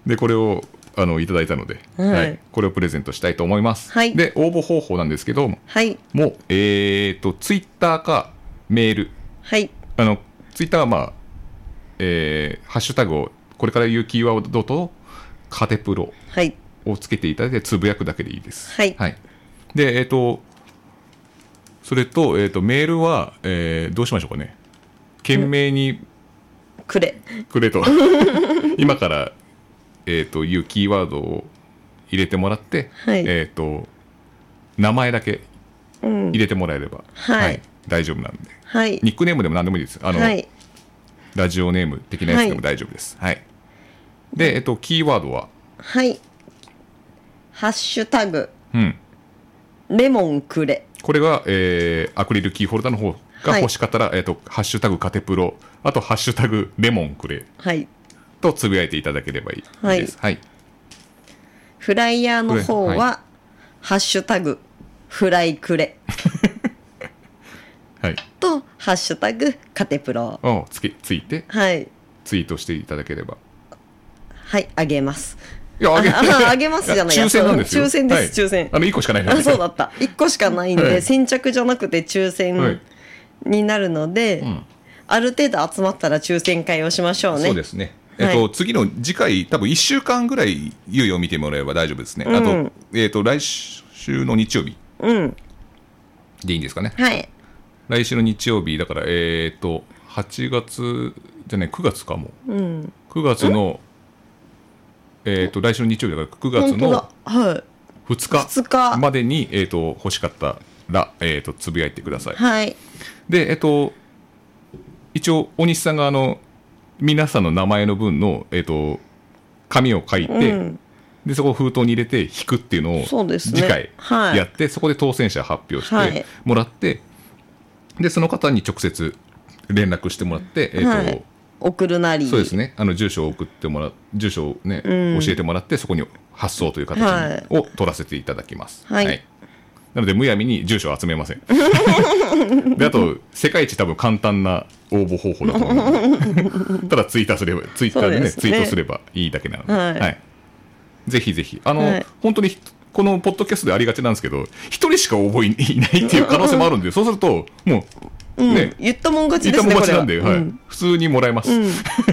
S1: でこれをあのいただいたので、
S2: はい
S1: これをプレゼントしたいと思います、
S2: はい
S1: で応募方法なんですけども
S2: はい
S1: もうえっ、とツイッターかメール
S2: はい
S1: あのツイッターはまあえーハッシュタグをこれから言うキーワードとカテプロ
S2: はい
S1: をつけていただいてつぶやくだけでいいです。
S2: はい
S1: で、えっ、と、それと、えっ、と、メールは、えーどうしましょうかね。懸命に
S2: くれ
S1: くれと。今から、えっ、と、いうキーワードを入れてもらって、
S2: はい
S1: えっ、と、名前だけ
S2: うん
S1: 入れてもらえれば、
S2: はい
S1: 大丈夫なんで。
S2: はい
S1: ニックネームでも何でもいいです。あの、
S2: はい
S1: ラジオネーム的なやつでも大丈夫です。はい。で、えっ、と、キーワードは、
S2: はいハッシュタグ
S1: うん。
S2: レモンくれ
S1: これが、えーアクリルキーホルダーの方が欲しかったら、えっ、と、ハッシュタグカテプロ、あとハッシュタグレモンくれ
S2: はい
S1: とつぶやいていただければいい
S2: はい
S1: です。はい。
S2: フライヤーの方は、
S1: はい
S2: ハッシュタグ、フライクレ
S1: はい。
S2: と、ハッシュタグ、カテプロ。
S1: をつけ、ついて、
S2: はい。
S1: ツイートしていただければ。
S2: はい、あげます。
S1: いや、あげ、
S2: あああげますじゃない
S1: や抽選なんですよ。
S2: 抽選です
S1: はい
S2: 抽選
S1: あの、一個しかないの
S2: あ、そうだった。1個しかないんで、
S1: はい
S2: 先着じゃなくて抽
S1: はい
S2: 選になるので、
S1: ん
S2: ある程度集まったら抽選会をしましょうね。
S1: そうですね。えっと、
S2: は
S1: 次の次回、多分1週間ぐらい、猶予を見てもらえば大丈夫ですね。あ
S2: う
S1: と
S2: ん、
S1: えっと、来週の日曜日
S2: うん。
S1: でいいんですかね。
S2: はい。
S1: 来週の日曜日、だから、えっと、8月、じゃね、9月かも。
S2: うん。
S1: 9月の、えっと、来週の日曜日だから、9月
S2: 本当
S1: の
S2: だ。はい。
S1: 2日
S2: 2日
S1: までに、えっと、欲しかったら、えっと、つぶやいてください。
S2: はい。
S1: で、えっと、一応、大西さんが、あの、皆さんの名前の分の、えっと、紙を書いて、
S2: うん。
S1: で、そこを封筒に入れて、引くっていうのを、
S2: そうですね
S1: 次回
S2: はい
S1: やって、そこで当選者発表
S2: は
S1: し
S2: い
S1: てもらって、で、その方に直接連絡してもらって、えっと、
S2: はい送るなり。
S1: そうですね、あの、住所を送ってもら、住所をね、
S2: うん
S1: 教えてもらって、そこに発送という形
S2: はい
S1: を取らせていただきます。
S2: はい
S1: なので、むやみに住所を集め ません。で、あと、世界一多分簡単な応募方法だと思 う。ただ、ツイッターすれば、ツイッターで
S2: そう
S1: ね
S2: ですね
S1: ツイートすればいいだけなので、
S2: はい
S1: ぜひぜひ、あの、
S2: はい
S1: 本当に、このポッドキャストでありがちなんですけど、一人しか応募いいないっていう可能性もあるんで、そうすると、も
S2: う
S1: う、
S2: ん
S1: ね、
S2: 言ったもん勝ち
S1: 言
S2: で
S1: った
S2: す
S1: もん
S2: ね。
S1: 勝ちなんで、
S2: これ
S1: は
S2: はう
S1: い
S2: ん
S1: 普通にもらえます。
S2: た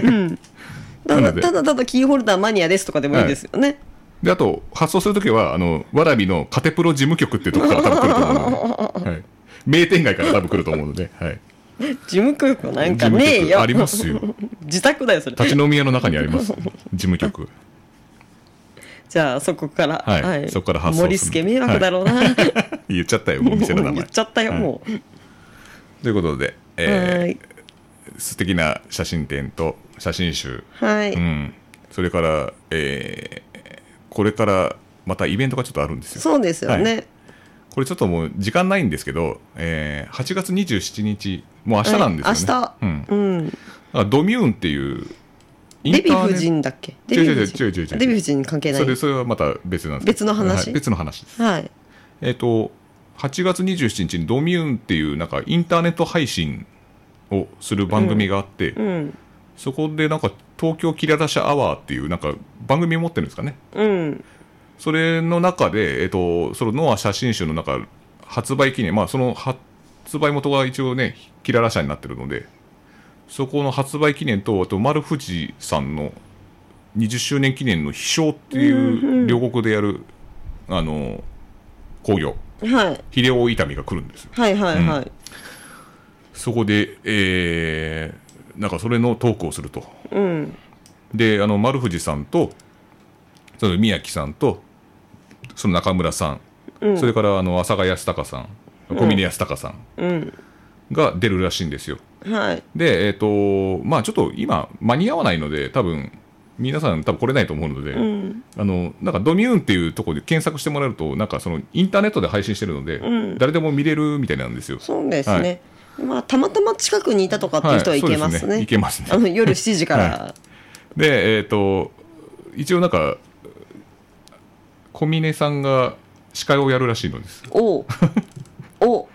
S2: だ
S1: なので
S2: ただただキーホルダーマニアですとかでもいいですよね。
S1: で、あと、発送するときは、あの、わらびのカテプロ事務局っていうところから多分来ると思 うので、はい、名店街から多分来ると思うので、はい。
S2: 事務局なんかねえ
S1: 事務局
S2: よ。
S1: ありますよ。
S2: 自宅だよ、それ。
S1: 立ち飲み屋の中にあります。事務局。
S2: じゃあ、そこから。
S1: はいそこから発送する
S2: 森助迷惑だろうな。
S1: 言っちゃったよ、お店の名前。
S2: 言っちゃったよ、
S1: はい
S2: もう。
S1: ということで、
S2: は
S1: え
S2: い。
S1: ー、素敵な写真展と写真集、
S2: はい。
S1: うん。それから、えー、これから、またイベントがちょっとあるんですよ。
S2: そうですよ
S1: は
S2: ね。
S1: これちょっともう時間ないんですけど、えー、8月27日、もう明日なんですよね。
S2: はい
S1: うん
S2: 明日。うん。
S1: あドミューンっていうインタ
S2: デ
S1: ーネ
S2: ヴ
S1: ッ
S2: ィ
S1: ト
S2: 夫人だっけデヴ
S1: 違う違う違
S2: ィ夫
S1: う
S2: 人
S1: 違う違う違う
S2: デヴィ夫人関係な
S1: それ
S2: い
S1: それはまた別なんで
S2: 別
S1: すけど
S2: の話
S1: はい別の話です
S2: はい
S1: えっ、と8月27日にドミューンっていうなんかインターネット配信をする番組があって、
S2: うん
S1: そこでなんか東京キララ社アワーっていうなんか番組を持ってるんですかね
S2: うん
S1: それの中で、えっとそのノア写真集の中発売記念、まあ、その発売元が一応ねキララ社になってるのでそこの発売記念とあと丸藤さんの20周年記念の飛翔って
S2: うんう
S1: い
S2: ん
S1: う両国でやる、あの工業
S2: はい
S1: 秀夫伊丹が来るんですよ
S2: はいはいはい
S1: そこで、えーなんかそれのトークをすると
S2: うん
S1: であの丸藤さんとその宮城さんとその中村さん
S2: うん
S1: それからあの浅賀康隆さん小峰康隆さん
S2: うん
S1: が出るらしいんですよ。
S2: はい
S1: で、えっ、と、まあちょっと今間に合わないので、多分皆さん多分来れないと思うので、
S2: うん
S1: あの、なんかドミューンっていうところで検索してもらえると、なんかそのインターネットで配信してるので、
S2: うん
S1: 誰でも見れるみたいなんですよ。
S2: そうですねまあたまたま近くにいたとかっていう人はいけま
S1: は
S2: す
S1: そうで
S2: ね
S1: いけますね
S2: あ。の夜7時から
S1: で、えっ、と、一応なんか、小峰さんが司会をやるらしいのです。
S2: おうお う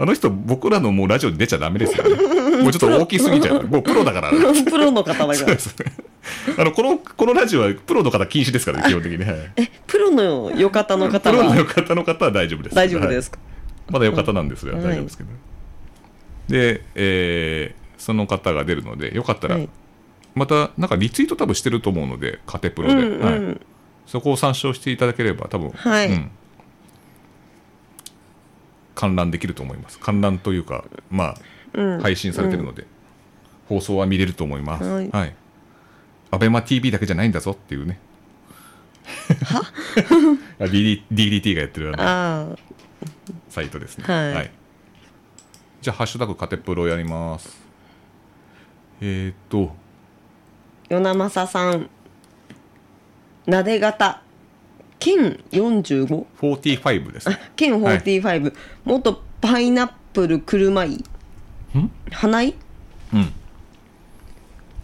S1: あの人、僕らのもうラジオに出ちゃダメですよね。もうちょっと大きすぎ ちゃう。もうプロだから。
S2: プロの方だ
S1: そう
S2: から
S1: ですね。あの、この、このラジオはプロの方禁止ですから、基本的に。はい
S2: えプロのよかたの
S1: プ
S2: 方
S1: ロの
S2: は
S1: 方の方は大丈夫です。
S2: 大丈夫で
S1: は
S2: すか
S1: い。まだよかたなんですが、
S2: うん
S1: 大丈夫ですけど。で、えーその方が出るので、よかったら、
S2: はい
S1: また、なんかリツイート多分してると思うので、カテプロ
S2: う
S1: で。
S2: んう
S1: はい、
S2: ん
S1: そこを参照していただければ、多分、
S2: はい
S1: うん観覧できると思います。観覧というか、まあ、
S2: うん
S1: 配信されてるので、放送は見れると思います。
S2: はい
S1: はい。アベマ TV だけじゃないんだぞっていうね。 は DD ?DDT がやってるあの
S2: ああ
S1: サイトですね。
S2: はい
S1: じゃあ、ハッシュタグカテプロやります。えー、っと、
S2: 与那政さんなで型県45
S1: 45ですね。
S2: 県45、元パイナップル車い花井
S1: うん。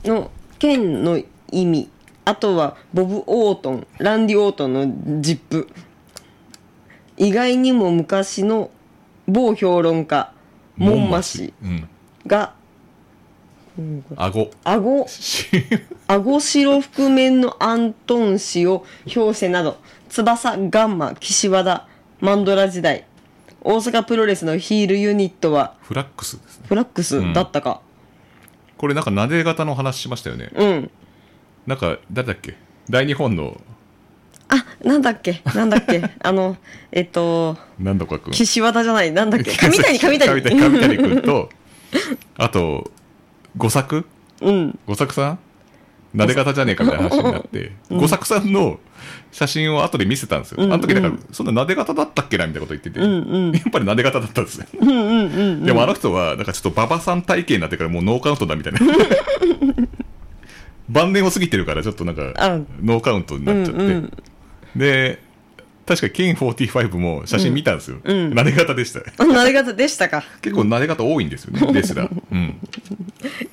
S2: の県の意味あとはボブ・オートンランディ・オートンのジップ意外にも昔の某評論家モンマ氏
S1: うん
S2: が
S1: 顎
S2: 顎
S1: し
S2: 顎白覆面のアントン氏を表せなど翼ガンマ岸和田マンドラ時代大阪プロレスのヒールユニットは
S1: フラックスですね
S2: フラックスだったか
S1: これなんか撫で型の話しましたよね
S2: うん、
S1: なんか誰だっけ大日本の
S2: あなんだっけなんだっ けあのえっと
S1: 何とか君
S2: 岸和田じゃないなんだっ け上谷上谷
S1: 上谷上谷君とあと五作
S2: うん
S1: 五作さん撫で方じゃねえかみたいな話にな って五作さんの写真を後で見せたんですよ、
S2: うん
S1: あの時だからそんな撫で方だったっけなみたいなこと言ってて、
S2: うんうん
S1: やっぱり撫で方だったんですよ、
S2: うんうんうん
S1: でもあの人はなんかちょっと馬場さん体型になってからもうノーカウントだみたいな 晩年を過ぎてるからちょっとなんか
S2: あ
S1: ノーカウントになっちゃって、
S2: うんうん
S1: で確かケン45も写真見たんですよ、
S2: うん
S1: 撫で方でした
S2: あなで方でしたか
S1: 結構撫で方多いんですよ ね、レスラー。うん。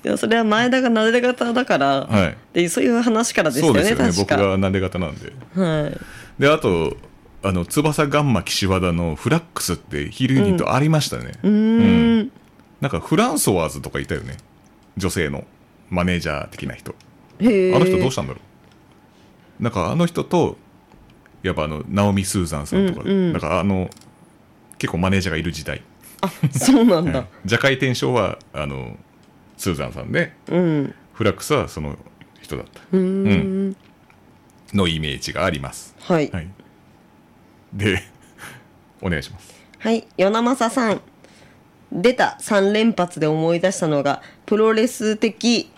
S2: いやそれは前田がなで方だから、
S1: はい。
S2: でそういう話からでした
S1: そ
S2: よ
S1: う
S2: ね
S1: ですよね、
S2: 確
S1: 僕
S2: か
S1: が撫で方なんで。
S2: はい
S1: で、あと、あの、翼ガンマ岸和田のフラックスってヒールユニットありましたね。
S2: うーん
S1: なんかフランソワーズとかいたよね。女性のマネージャー的な人。
S2: へえ
S1: あの人どうしたんだろう。なんかあの人と、やっぱあの、ナオミ・スーザンさんとか、
S2: うんうん
S1: なんかあの、結構マネージャーがいる時代。
S2: そう なんだ
S1: 社会転生は、あの、スーザンさんで、
S2: うん
S1: フラックスはその人だった。
S2: うーん
S1: のイメージがあります。
S2: はい
S1: はい。で、お願いします。
S2: はい、与那正さん。出た3連発で思い出したのが、プロレス的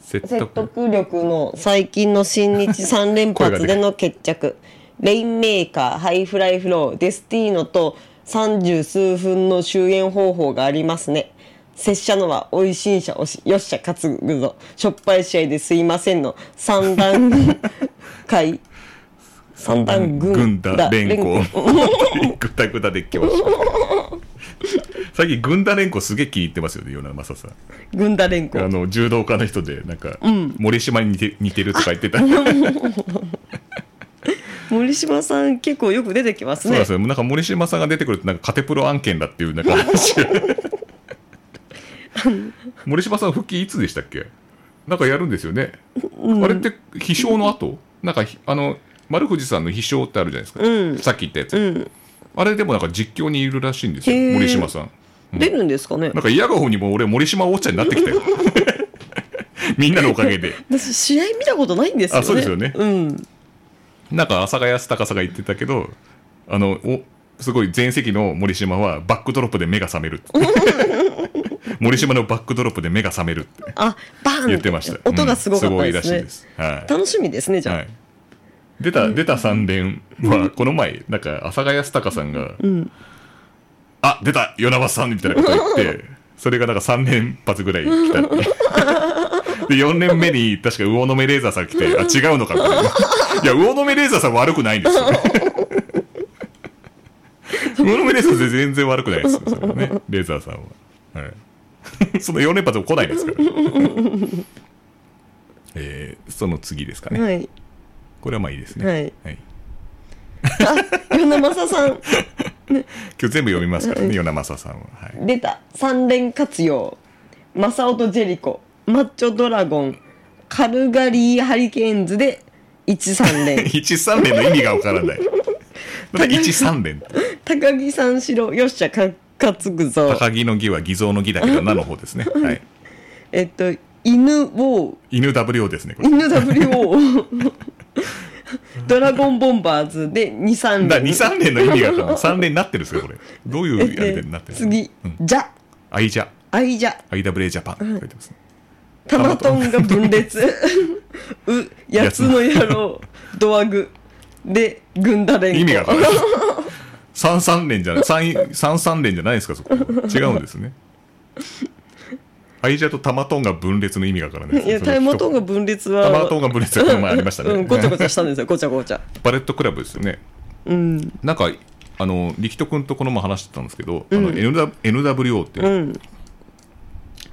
S1: 説
S2: 説得力の最近の新 日3連発での決着。レインメーカー、ハイフライフロー、デスティーノと三十数分の終演方法がありますね。拙者のは美味しいしゃおしよっしゃ担ぐぞしょっぱい試合ですいませんの三段階 三段軍
S1: 軍
S2: だ
S1: だ連行。ぐだぐだできました。最近、軍だ連行すげえ聞いてますよね、与那正さん。
S2: 軍だ連行
S1: あの、柔道家の人で、なんか、森島に似て似てるとか言ってた。そう
S2: 森島さん結構よく出てきます
S1: なん
S2: ね
S1: ですよ。なんか森島さんが出てくると、なんか、カテプロ案件だっていう、なんか話が 森島さん復帰いつでしたっけなんかやるんですよね。あれって、飛翔の後なんかひ、あの、丸藤さんの飛翔ってあるじゃないですか。
S2: うん
S1: さっき言ったやつ。
S2: うん
S1: あれでもなんか実況にいるらしいんですよ、
S2: へー
S1: 森島さん。
S2: 出るんですかね
S1: なんか嫌が方にも俺、森島おっちゃんになってき たよ。みんなのおかげで。
S2: 私試合見たことないんですよね
S1: あそうですよね
S2: うん
S1: なんか、阿佐ヶ谷隆さんが言ってたけど、あの、お、すごい全席の森島はバックドロップで目が覚める って。森島のバックドロップで目が覚めるって
S2: あバーン
S1: 言ってました。
S2: 音がすごかった
S1: うん
S2: ですす
S1: ごいら
S2: ね、
S1: しいです。はい。
S2: 楽しみですねじゃあ、
S1: はい、出た出た3連はこの前なんか阿佐ヶ谷隆さんが「あ出た与那覇さん」みたいなこと言 ってそれがなんか3連発ぐらい来たってで4 連目に確か魚目レーザーさん来て「あ違うのか」みたいな「いや魚目レーザーさん悪くない んですよ」魚目レーザーさん全然悪くないですよそれはねレーザーさんは、はい その4連発も来ないで すからえーその次ですかね
S2: はい
S1: これはまあいいですね。
S2: はい与那正さん
S1: 今日全部読みますから
S2: うん
S1: ね、与那正さんは。はい。
S2: 出た三連活用正雄とジェリコマッチョドラゴンカルガリーハリケーンズで13 連
S1: 一三連の意味がわか らない。なんで一三連って
S2: 高木三四郎よっしゃか担ぐぞ
S1: 高木の義は偽造の義だけど、なの方ですね。はい。
S2: えっと犬ウォー
S1: 犬 WO ですね、これ。
S2: 犬 WO ドラゴンボンバーズで23
S1: だ二三連の意味がわからない。三連になってるんですよ、これ。どういうやり方になってるの
S2: 次、じゃ
S1: アイジャ、
S2: アイジャ
S1: IWA ジャパンって書いてますね。
S2: タマトンが分裂 うやつの野郎ドアグで軍だ連合
S1: 意味がわからない。三三連じゃない、三三三連じゃないですか、そこ。違うんですね。アイジャとタマトンが分裂の意味がわからないです
S2: い
S1: ね。
S2: やタマトンが分裂は
S1: タマトンが分裂がこの前ありましたね。
S2: うん、ごちゃごちゃしたんですよごちゃごちゃ
S1: バレットクラブですよね。
S2: うん
S1: なんか、あの、力人君とこの前話してたんですけど、あの NW NWO って、
S2: うん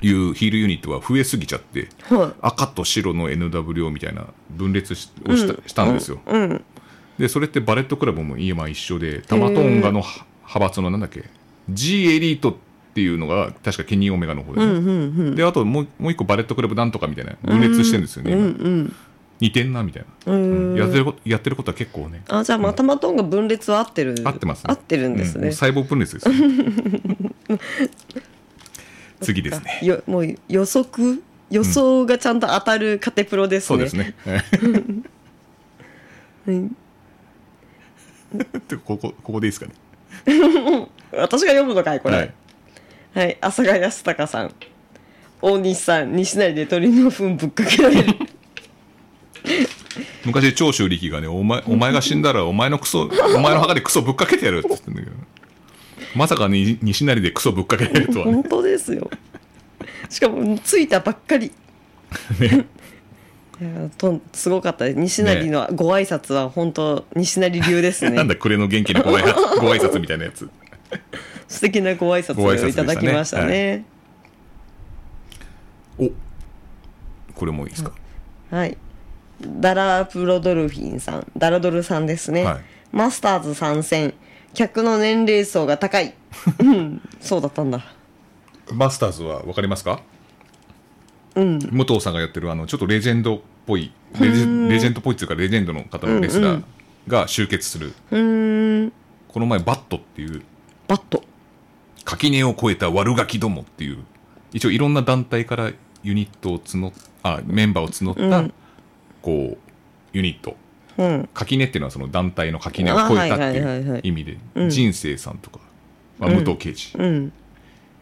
S1: いうヒールユニットは増えすぎちゃって、
S2: はい
S1: 赤と白の NWO みたいな分裂しをした,、したんですよ、でそれってバレットクラブも今一緒でタマトンガの派派閥のなんだっけ G エリートっていうのが確かケニー・オメガの方で、ねであともうもう一個バレットクラブなんとかみたいな分裂してるんですよね、今似てんなみたいな、うんやってることやってることは結構ね
S2: あじゃあまたまとんが分裂は合ってる
S1: 合ってます、
S2: 合ってるんです
S1: うも
S2: ね
S1: う、細胞分裂 ですよ次ですね
S2: よもう予測予想がちゃんと当たるカテプロです
S1: そう
S2: ね,、
S1: ですね。 でここここでいいですかね。
S2: 私が読むのかいこれ
S1: は
S2: はいい、阿佐ヶ谷康隆さん大西さん西成で鳥の糞ぶっかけら れる
S1: 昔長州力がねお前お前が死んだらお前のクソお前の墓でクソぶっかけてやるって言ってんだけどまさかに西成でクソぶっかけられるとはね
S2: 本当ですよしかもついたばっかり
S1: ね
S2: いやとすごかったです西成のご挨拶は本当西成流です
S1: な
S2: ね
S1: んだ暮れの元気な ご挨拶ご挨拶みたいなやつ
S2: 素敵なご挨拶
S1: ご挨拶
S2: を
S1: で
S2: い
S1: した
S2: た
S1: ね
S2: だきましたね
S1: おこれもいいですか、
S2: はい。ダラプロドルフィンさん、ダラドルさんですね。
S1: はい
S2: マスターズ参戦。客の年齢層が高 い。うん、そうだったんだ。
S1: マスターズはわかりますか、武藤さんがやってるあのちょっとレジェンドっぽいレジレジェンドっぽいっていうかレジェンドの方のレスラーが集結する、この前バットっていう
S2: バット。
S1: 垣根を越えた悪ガキどもっていう一応いろんな団体からユニットを募っあメンバーを募った、こうユニット
S2: うん。
S1: 垣根っていうのはその団体の垣根を越えたって
S2: あはいはいはい
S1: い
S2: はいう
S1: 意味で人生さんとか、まあ、武藤敬司、
S2: うん。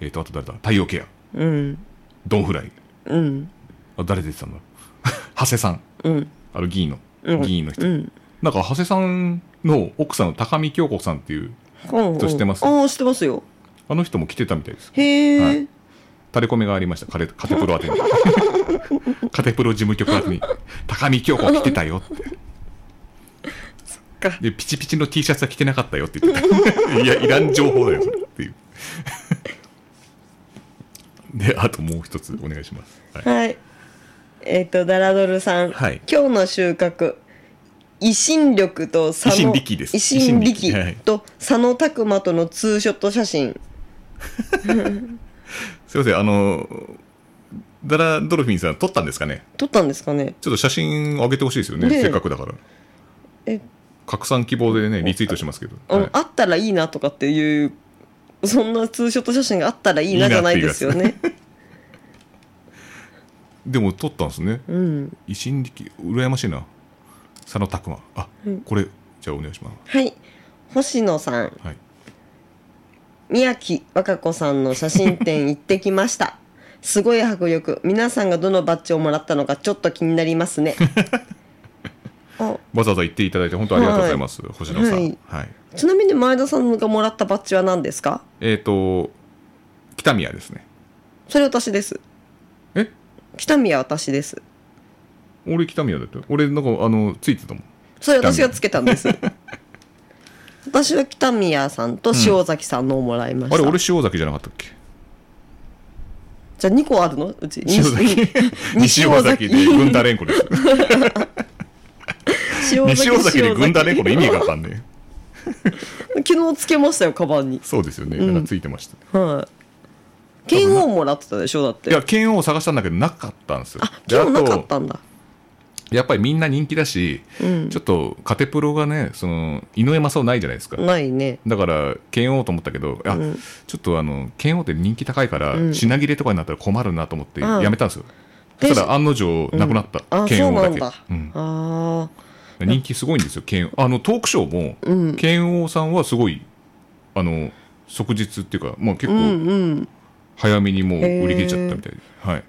S1: えっ、とあと誰だ太陽ケア
S2: うん。
S1: ドンフライ
S2: うん。
S1: あ誰出てたんだ 長谷さん
S2: うん。
S1: あの議員の、
S2: うん
S1: 議員の人、
S2: うん。
S1: なんか長谷さんの奥さんの高見京子さんっていう
S2: ほ
S1: と知ってます
S2: ああ、知ってますよ。
S1: あの人も来てたみたいです
S2: へえ、
S1: はいタレコミがありましたカレカテプロ宛 てにカテプロ事務局宛てに高見京子来てたよって
S2: か
S1: でピチピチの T シャツは着てなかった よって言ってたいやいらん情報だよそれっていうであともう一つお願いします、はい、
S2: はい。えっ、と、ダラドルさん。
S1: はい
S2: 今日の収穫。維新力と佐野
S1: 維新力です
S2: 維新力
S1: 維新力はい
S2: と佐野拓磨とのツーショット写真。
S1: すいませんあのダラドルフィンさん撮ったんですかね
S2: 撮ったんですかね。
S1: ちょっと写真上げてほしいですよね
S2: ね
S1: せっかくだから
S2: え
S1: 拡散希望でねリツイートしますけど、
S2: うん
S1: はい
S2: あったらいいなとかっていうそんなツーショット写真があったらいい
S1: い
S2: ない
S1: な
S2: じ
S1: っ
S2: ゃ
S1: て
S2: ないいうですよね。
S1: でも撮ったんですね
S2: うん、
S1: 維新力羨ましいな佐野拓磨あ、これじゃあお願いします
S2: はい星野さん
S1: はい
S2: 宮城和歌子さんの写真展行ってきま したすごい迫力皆さんがどのバッジをもらったのかちょっと気になります ねあ
S1: わざわざ言っていただいて本当ありがとうございます、星野さんは
S2: はいい、ちなみに前田さんがもらったバッジは何ですか
S1: えっ、と北宮ですね
S2: それ私です
S1: え
S2: 北宮私です
S1: 俺北宮だって俺なんかあのついてたもん
S2: それ私がつけたんです 私は北宮さんと塩崎さんのをもらいました、
S1: あれ俺塩崎じゃなかったっけ
S2: じゃあ2個あるのうち
S1: 塩崎 西尾崎で軍団連呼です
S2: 塩
S1: 西尾崎で軍団連呼の意味がわかんねえ
S2: 昨日つけましたよカバンに
S1: そうですよね、なんかついてました
S2: はい剣をもらってたでしょだっ
S1: い
S2: て
S1: や剣王を探したんだけどなかったんですよ
S2: あ
S1: で
S2: 剣
S1: あ
S2: なかっ
S1: と
S2: たんだ
S1: やっぱりみんな人気だし、ちょっとカテプロがねその井上正雄ないじゃないですか、
S2: ないね
S1: だから剣王と思ったけどあ、ちょっとあの剣王って人気高いから、品切れとかになったら困るなと思って
S2: うん
S1: やめたんですよ、
S2: で
S1: そしたら案の定なくなった、
S2: あそ
S1: 剣
S2: う
S1: 王
S2: な
S1: だ
S2: ん
S1: け
S2: だ
S1: うん
S2: あ
S1: 人気すごいんですよ剣王あのトークショーも、剣王さんはすごいあの即日っていうか、まあ、結
S2: あうん
S1: 構
S2: うん
S1: 早めにもう売り切れちゃったみたいで、はい、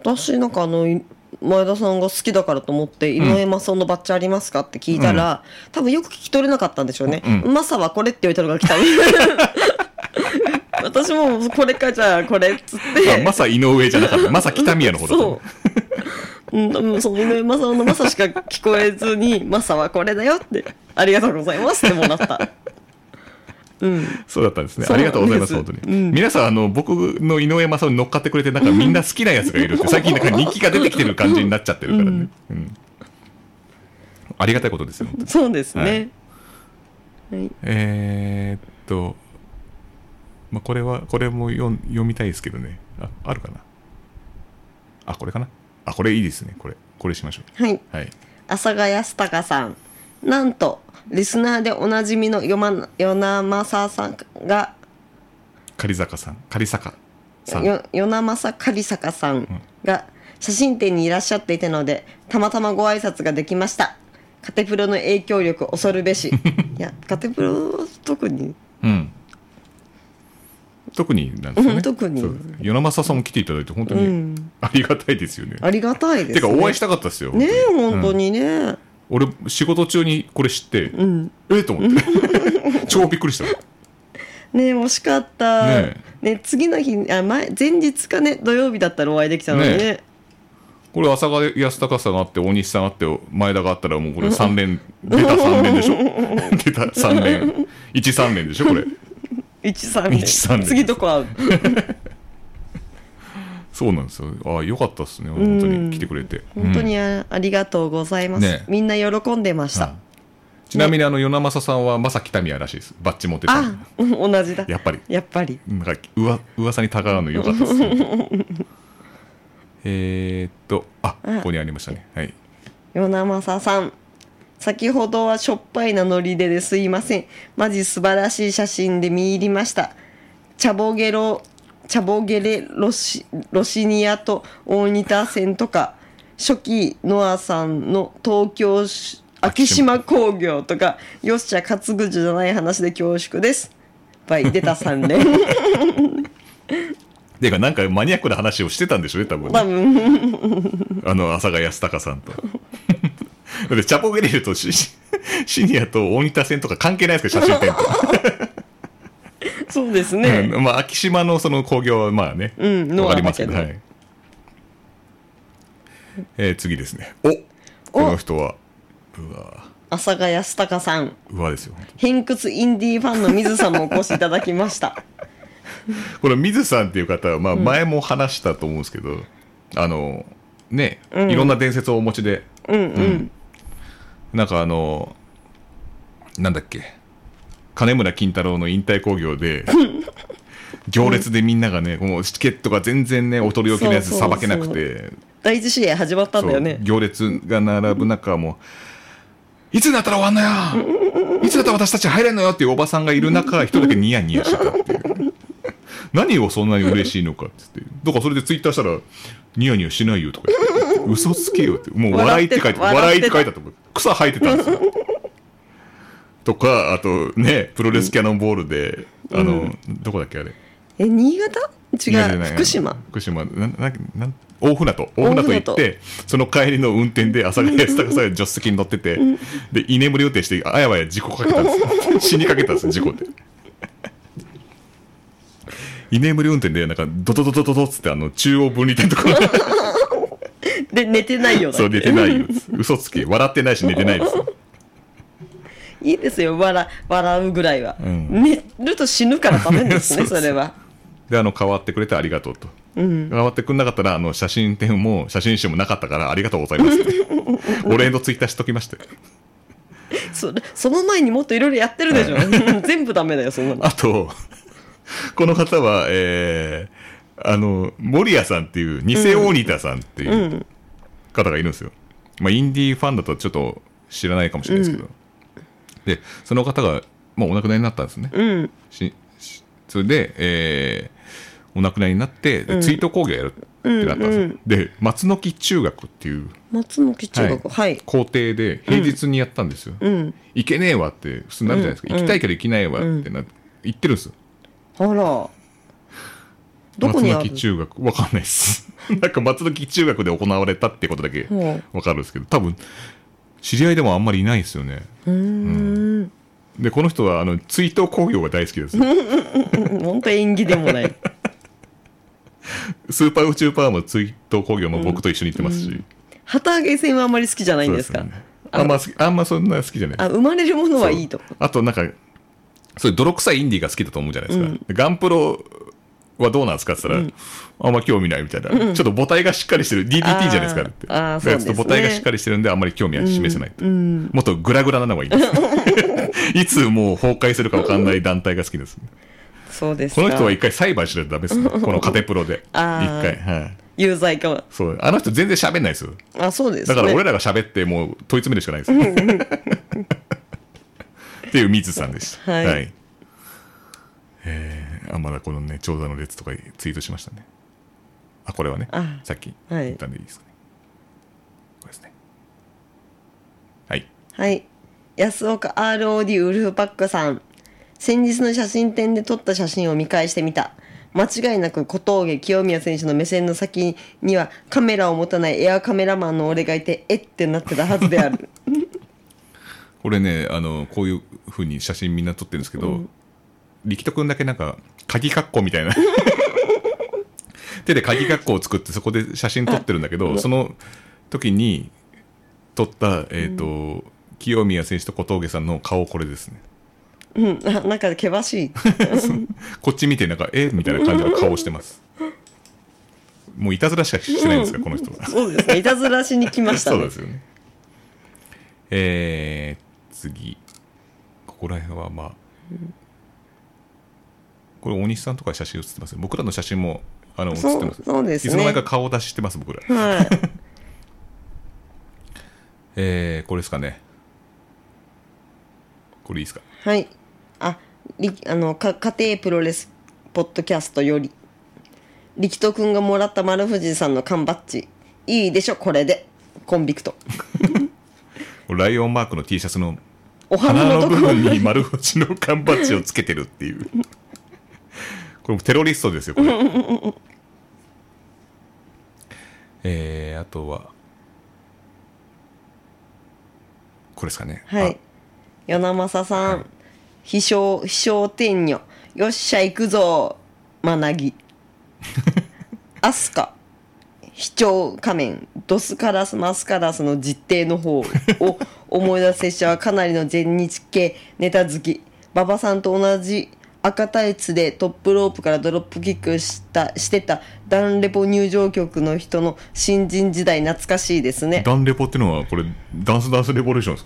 S2: 私なんかあのい前田さんが好きだからと思って「井上正雄のバッジありますか?」って聞いたら、多分よく聞き取れなかったんでしょうね「マサはこれ」って言われたのが来た 私もこれかじゃあこれっつって
S1: あまさ井上じゃ なかったまさ北宮の方だった、
S2: そううん、多分その井上正雄の「マサ」しか聞こえずに「マサはこれだよ」って「ありがとうございます」ってもらった
S1: そうだったんですね。
S2: そう
S1: ありがとうございます、
S2: で
S1: 本
S2: す
S1: 当に。皆さん、あの、僕の井上正雄に乗っかってくれて、なんかみんな好きなやつがいる って、最近なんか人気が出てきてる感じになっちゃってるからね。うんありがたいことですよ、本当に
S2: そうですね。はい。
S1: えーっと、まあ、これは、これも読ん読みたいですけどね。あ、あるかなあ、これかなあ、これいいですね、これ。これしましょ
S2: はい。
S1: う。はい。
S2: 阿佐ヶ谷スタカさん。なんと、リスナーでおなじみのよま、よなまささんが、
S1: 狩坂さん、狩坂さん。
S2: よ与那政狩坂さんが写真展にいらっしゃっていたのでたまたまご挨拶ができましたカテプロの影響力恐るべ しいやカテプロは特に
S1: うん。特になんですよ
S2: う
S1: ね。
S2: ん特に
S1: そう与那政さんも来ていただいて、本当にありがたいですよね。
S2: ありがたいです、ね、
S1: てか、お会いしたかったですよ。
S2: ねえ
S1: 本
S2: 本
S1: 当
S2: 当
S1: に
S2: にね、
S1: うん俺、仕事中にこれ知って、ええと思って。 超びっくりした。
S2: ねえ惜しかった
S1: ね
S2: ね次の日あ前前日かね土曜日だったらお会いできたのにね
S1: ねこれ、浅川安隆さんがあって、大西さんがあって、前田があったら、もうこれ3連、出た3連 でしょ出た3連。1、3連でしょこれ。
S2: 13
S1: 一三
S2: で
S1: で
S2: 次どこ会う
S1: そうなんですよ。ああ、よかったですね。本当に来てくれて。
S2: 本当にあありがとうございます、
S1: ねえ
S2: みんな喜んでました、
S1: ちなみに、あの、与那政さんは、正木民也らしいです。バッジ持ってた。
S2: あ うん同じだ
S1: やっぱり。
S2: やっぱり
S1: なんかうわ噂にたがわぬよかったですね えーっとあここにありましたねはい
S2: 与那政さん先ほどはしょっぱいなノリでですいませんマジ素晴らしい写真で見入りましたチャボゲロチャボゲレロシロシニアと大仁田線とか初期ノアさんの東京し
S1: 昭
S2: 昭
S1: 島
S2: 島工業とかよっしゃ勝ぐじゃない話で恐縮ですバイ出た3連
S1: ていうかなんかマニアックな話をしてたんでしょうね多分
S2: 多
S1: ね
S2: 分
S1: あの阿佐ヶ谷安隆さんと だってチャポゲレルとシシシニアと大仁田線とか関係ないですから写真展と
S2: そうですね
S1: うんまあ昭島のその興行はまあね、
S2: ん
S1: わかりますけど
S2: ノア
S1: は
S2: だ
S1: い、えー次ですねおこの人はうわ
S2: 阿佐ヶ谷安隆さん
S1: うわですよ本当に
S2: 偏屈インディーファンの水さんもお越しいただきました
S1: この水さんっていう方は、まあ、前も話したと思うんですけど、あのね、いろんな伝説をお持ちで、うんなんかあのなんだっけ金村金太郎の引退興行 で行列でみんながねこのチケットが全然ねお取り置きのやつ
S2: そうそう
S1: さ
S2: そう
S1: ばけなくて
S2: 第一試合始まったんだよ
S1: そ
S2: ね
S1: う行列が並ぶ中もういつになったら終わんのよいつになったら私たち入れんのよっていうおばさんがいる中一人だけニヤニヤしてたっていう何をそんなに嬉しいのかっつってだからそれでツイッターしたらニヤニヤしないよとか言って嘘つけよってもう笑いって書いて笑
S2: 笑
S1: い
S2: っ
S1: ってて
S2: た
S1: 書いてあった草生えてたんですよとかあとねプロレスキャノンボールであの、どこだっけあれ
S2: え新潟
S1: 違う
S2: 違う
S1: 違う
S2: 福島
S1: 福島なんなんなん大船渡大船渡行
S2: 大
S1: っ
S2: 船
S1: てその帰りの運転で朝佐ヶ谷安高さんが助手席に乗っててで居眠り予定してあやばや事故かけたんです よ死にかけたんですよ事故で居眠り運転でなんかドドドドドドっつってあの中央分離帯のところに
S2: で寝てないよだって
S1: そう寝てないよ嘘つき笑ってないし寝てないです
S2: いいですよ笑笑うぐらいは、
S1: ん
S2: 寝ると死ぬからダメです
S1: そう
S2: ね
S1: そ
S2: そうれは
S1: であの変わってくれてありがとうと、変わってくんなかったらあの写真展も写真集もなかったからありがとうございますってお礼のツイッターしときまして
S2: それその前にもっといろいろやってるでしょ 全部ダメだよそんなの
S1: あと、この方は、えー、あの、森谷さんっていう、偽オーニタさんっていう方がいるんですよ。まあ、インディーファンだとちょっと知らないかもしれないですけど。で、その方が、まあ、お亡くなりになったんですね。ししそれで、えーお亡くなりになって、で追悼講義をやるってなったんですよ。で、松の木中学っていう、
S2: 松の木中学はい、
S1: 校庭で平日にやったんですよ、行けねえわって普通になるじゃないですか、行きたいけど行けないわってな、言ってるんですよ
S2: あらどこにある
S1: 松の木中学わかんないです なんか松の木中学で行われたってことだけ
S2: ほ
S1: わかるんですけど多分知り合いでもあんまりいないですよねうんでこの人はあの追悼興行が大好きです
S2: うん本当縁起でもない
S1: スーパー宇宙パワーも追悼興行も僕と一緒に行ってますし、
S2: 旗揚げ戦はあんまり好きじゃないんですか
S1: そうよねあんま好きあんまそんな好きじゃない
S2: あ生まれるものはいいと
S1: あとなんかそういう泥臭いインディーが好きだと思うじゃないですか。でガンプロはどうなんですかって言ったら、あんま興味ないみたいな、ちょっと母体がしっかりしてる、DDT じゃないですかって。
S2: あーあー
S1: だか
S2: そう
S1: らちょっと
S2: ですね
S1: 母体がしっかりしてるんで、あんまり興味は示せないと。もっとグラグラなのがい いです。いつもう崩壊するか分かんない団体が好きです。
S2: そうですか
S1: この人は一回裁判しないとダメで すね。このカテプロで。一
S2: あー
S1: 回。はい。
S2: 有罪かも
S1: そう。あの人全然喋んないですよ。
S2: あそうです
S1: だ
S2: ね
S1: から俺らが喋ってもう問い詰めるしかないです。っていう水さんでした。
S2: はい
S1: えーあまだこのね長蛇の列とかツイートしましたね。あこれはね
S2: あ
S1: さっき
S2: はい
S1: 言ったんでいいですかね。これですね。はい。
S2: はい。安岡 ROD ウルフパックさん。先日の写真展で撮った写真を見返してみた。間違いなく小峠清宮選手の目線の先にはカメラを持たないエアカメラマンの俺がいて、えってなってたはずであ る。
S1: これねあのこういうふうに写真みんな撮ってるんですけど、力人くんだけなんか鍵括弧みたいな 手で鍵括弧を作ってそこで写真撮ってるんだけどその時に撮った、えーと清宮選手と小峠さんの顔これですね
S2: うん、あなんか険しい。
S1: こっち見てなんかえみたいな感じの顔してますもういたずらしかしてないんですかこの人は
S2: そうですね。いたずらしに来ました
S1: そう
S2: ね
S1: で。すよね。えー、次。ここら辺はまあ、これ大西さんとか写真写ってますよ僕らの写真もあの写
S2: そ
S1: って
S2: う
S1: ます。
S2: そうで
S1: い
S2: す
S1: つの間
S2: ね
S1: に。か顔出ししてます僕ら。
S2: はい。
S1: えー、これですかね。これいいですか。
S2: はい。あ、りあのか家庭プロレスポッドキャストより力人くんがもらった丸藤さんの缶バッジいいでしょこれでコンビクト
S1: これライオンマークの T シャツの
S2: お花
S1: 鼻
S2: の
S1: の
S2: とこ
S1: 部分に丸星の缶バッジをつけてるっていうこれもテロリストですよこれえー、あとはこれですかね
S2: はい与那政さん、飛翔飛翔天女よっしゃ行くぞマナ ギアスカ飛鳥仮面ドスカラスマスカラスの実定の 方を思い出せしはかなりの全日系ネタ好き馬場さんと同じ赤タイツでトップロープからドロップキックしたしてたダンレポ入場曲の人の新人時代懐かしいです
S1: あ
S2: ね
S1: ダンレポっていうのはこれダンスダンスレボリューションです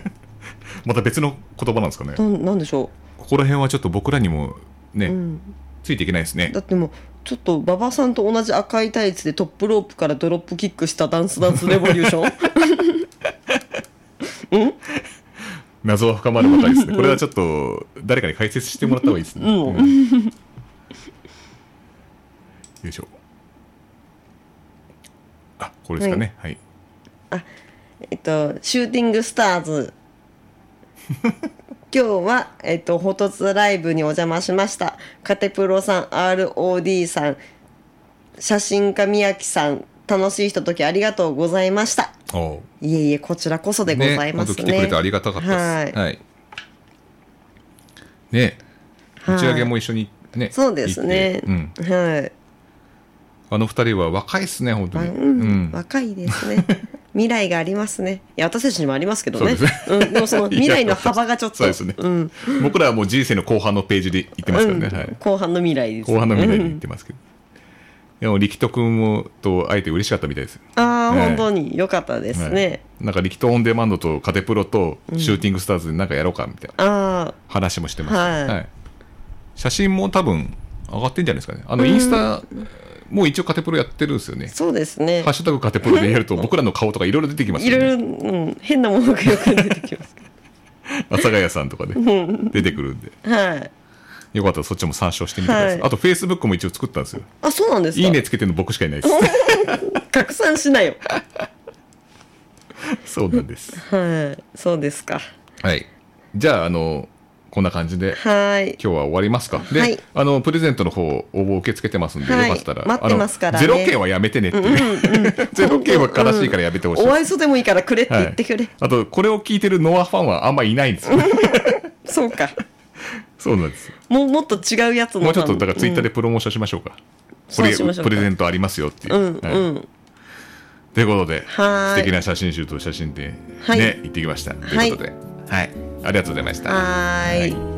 S1: か また別の言葉なんですかね
S2: ななんでしょう
S1: ここら辺はちょっと僕らにもね、ついていけないですね
S2: だってもうちょっと馬場さんと同じ赤いタイツでトップロープからドロップキックしたダンスダンスレボリュー ション
S1: 謎は深まるばかりですね。これはちょっと誰かに解説してもらった方がいいですね。
S2: うん
S1: うんよいしょ。あ、これですかね。はい。
S2: えっとシューティングスターズ今日は、えっと、ホトツライブにお邪魔しましたカテプロさん ROD さん写真家宮城さん楽しいひとときありがとうございました
S1: おう
S2: いえいえこちらこそでございますね
S1: ね本当来てくれてありがたかったです。
S2: はい
S1: はい。ね、
S2: はい
S1: 打ち上げも一緒にね。
S2: そうです
S1: 行っ
S2: ね
S1: てうん。
S2: はい
S1: あの二人は若いですね、本当に。
S2: うん
S1: うん。
S2: 若いです ね未来がありますねいや私たちにもありますけどね
S1: そうですね
S2: ん、でも その未来の幅がちょっと
S1: そうですね
S2: うん
S1: 僕らはもう人生の後半のページで行ってますからね。
S2: うん
S1: はい。
S2: 後半の未来です
S1: 後半の未来
S2: う
S1: に
S2: ん
S1: 行ってますけど。でも力人君もと会えて嬉しかったみたいです。
S2: ああ、
S1: ええ
S2: 本当に良かったですね、
S1: はい、なんか力投オンデマンドとカテプロとシューティングスターズでなんかやろうかみたいな
S2: あ
S1: 話もしてました、
S2: はい
S1: 写真も多分上がってんじゃないですかねあのインスタもう一応カテプロやってるんですよね
S2: あ、そうですね
S1: ハッシュタグカテプロでや ると僕らの顔とかいろいろ出てきます
S2: い
S1: よ
S2: ろいろ、
S1: ね
S2: うん、変なものがよく出てき ます
S1: 阿佐ヶ谷さん とかで出てくるんで
S2: はい
S1: よかったらそっちも参照してみてください、
S2: はい
S1: あとフェイスブックも一応作ったんですよ
S2: あそうなんですか
S1: いいねつけてるの僕しかいないです
S2: 拡散しなよ
S1: そうなんです
S2: はいそうですか
S1: はいじゃああのこんな感じで
S2: はい
S1: 今日は終わりますか。で、
S2: はい
S1: あのプレゼントの方応募受け付けてますんで、
S2: はい
S1: よかったら
S2: 待ってますからね
S1: あのゼロ件はやめてねっていう。 ゼロ件は悲しいからやめてほしい。
S2: お愛想でもいいからくれって
S1: はい
S2: 言ってくれ、
S1: あとこれを聞いてるノアファンはあんまいないんですよ。
S2: そうか
S1: そうなんですよ。
S2: もうもっと違うやつの
S1: もうちょっとだからツイッター
S2: で、
S1: でプロモーションしましょうか。こ
S2: そう
S1: れ
S2: しましょうか
S1: プレゼントありますよっていう。
S2: うん
S1: はい
S2: うん
S1: ということで
S2: は
S1: 素
S2: ーい
S1: 敵な写真集と写真で
S2: はい
S1: ね行ってきました。ということで、はい、ありがとうございました。
S2: はーい
S1: はい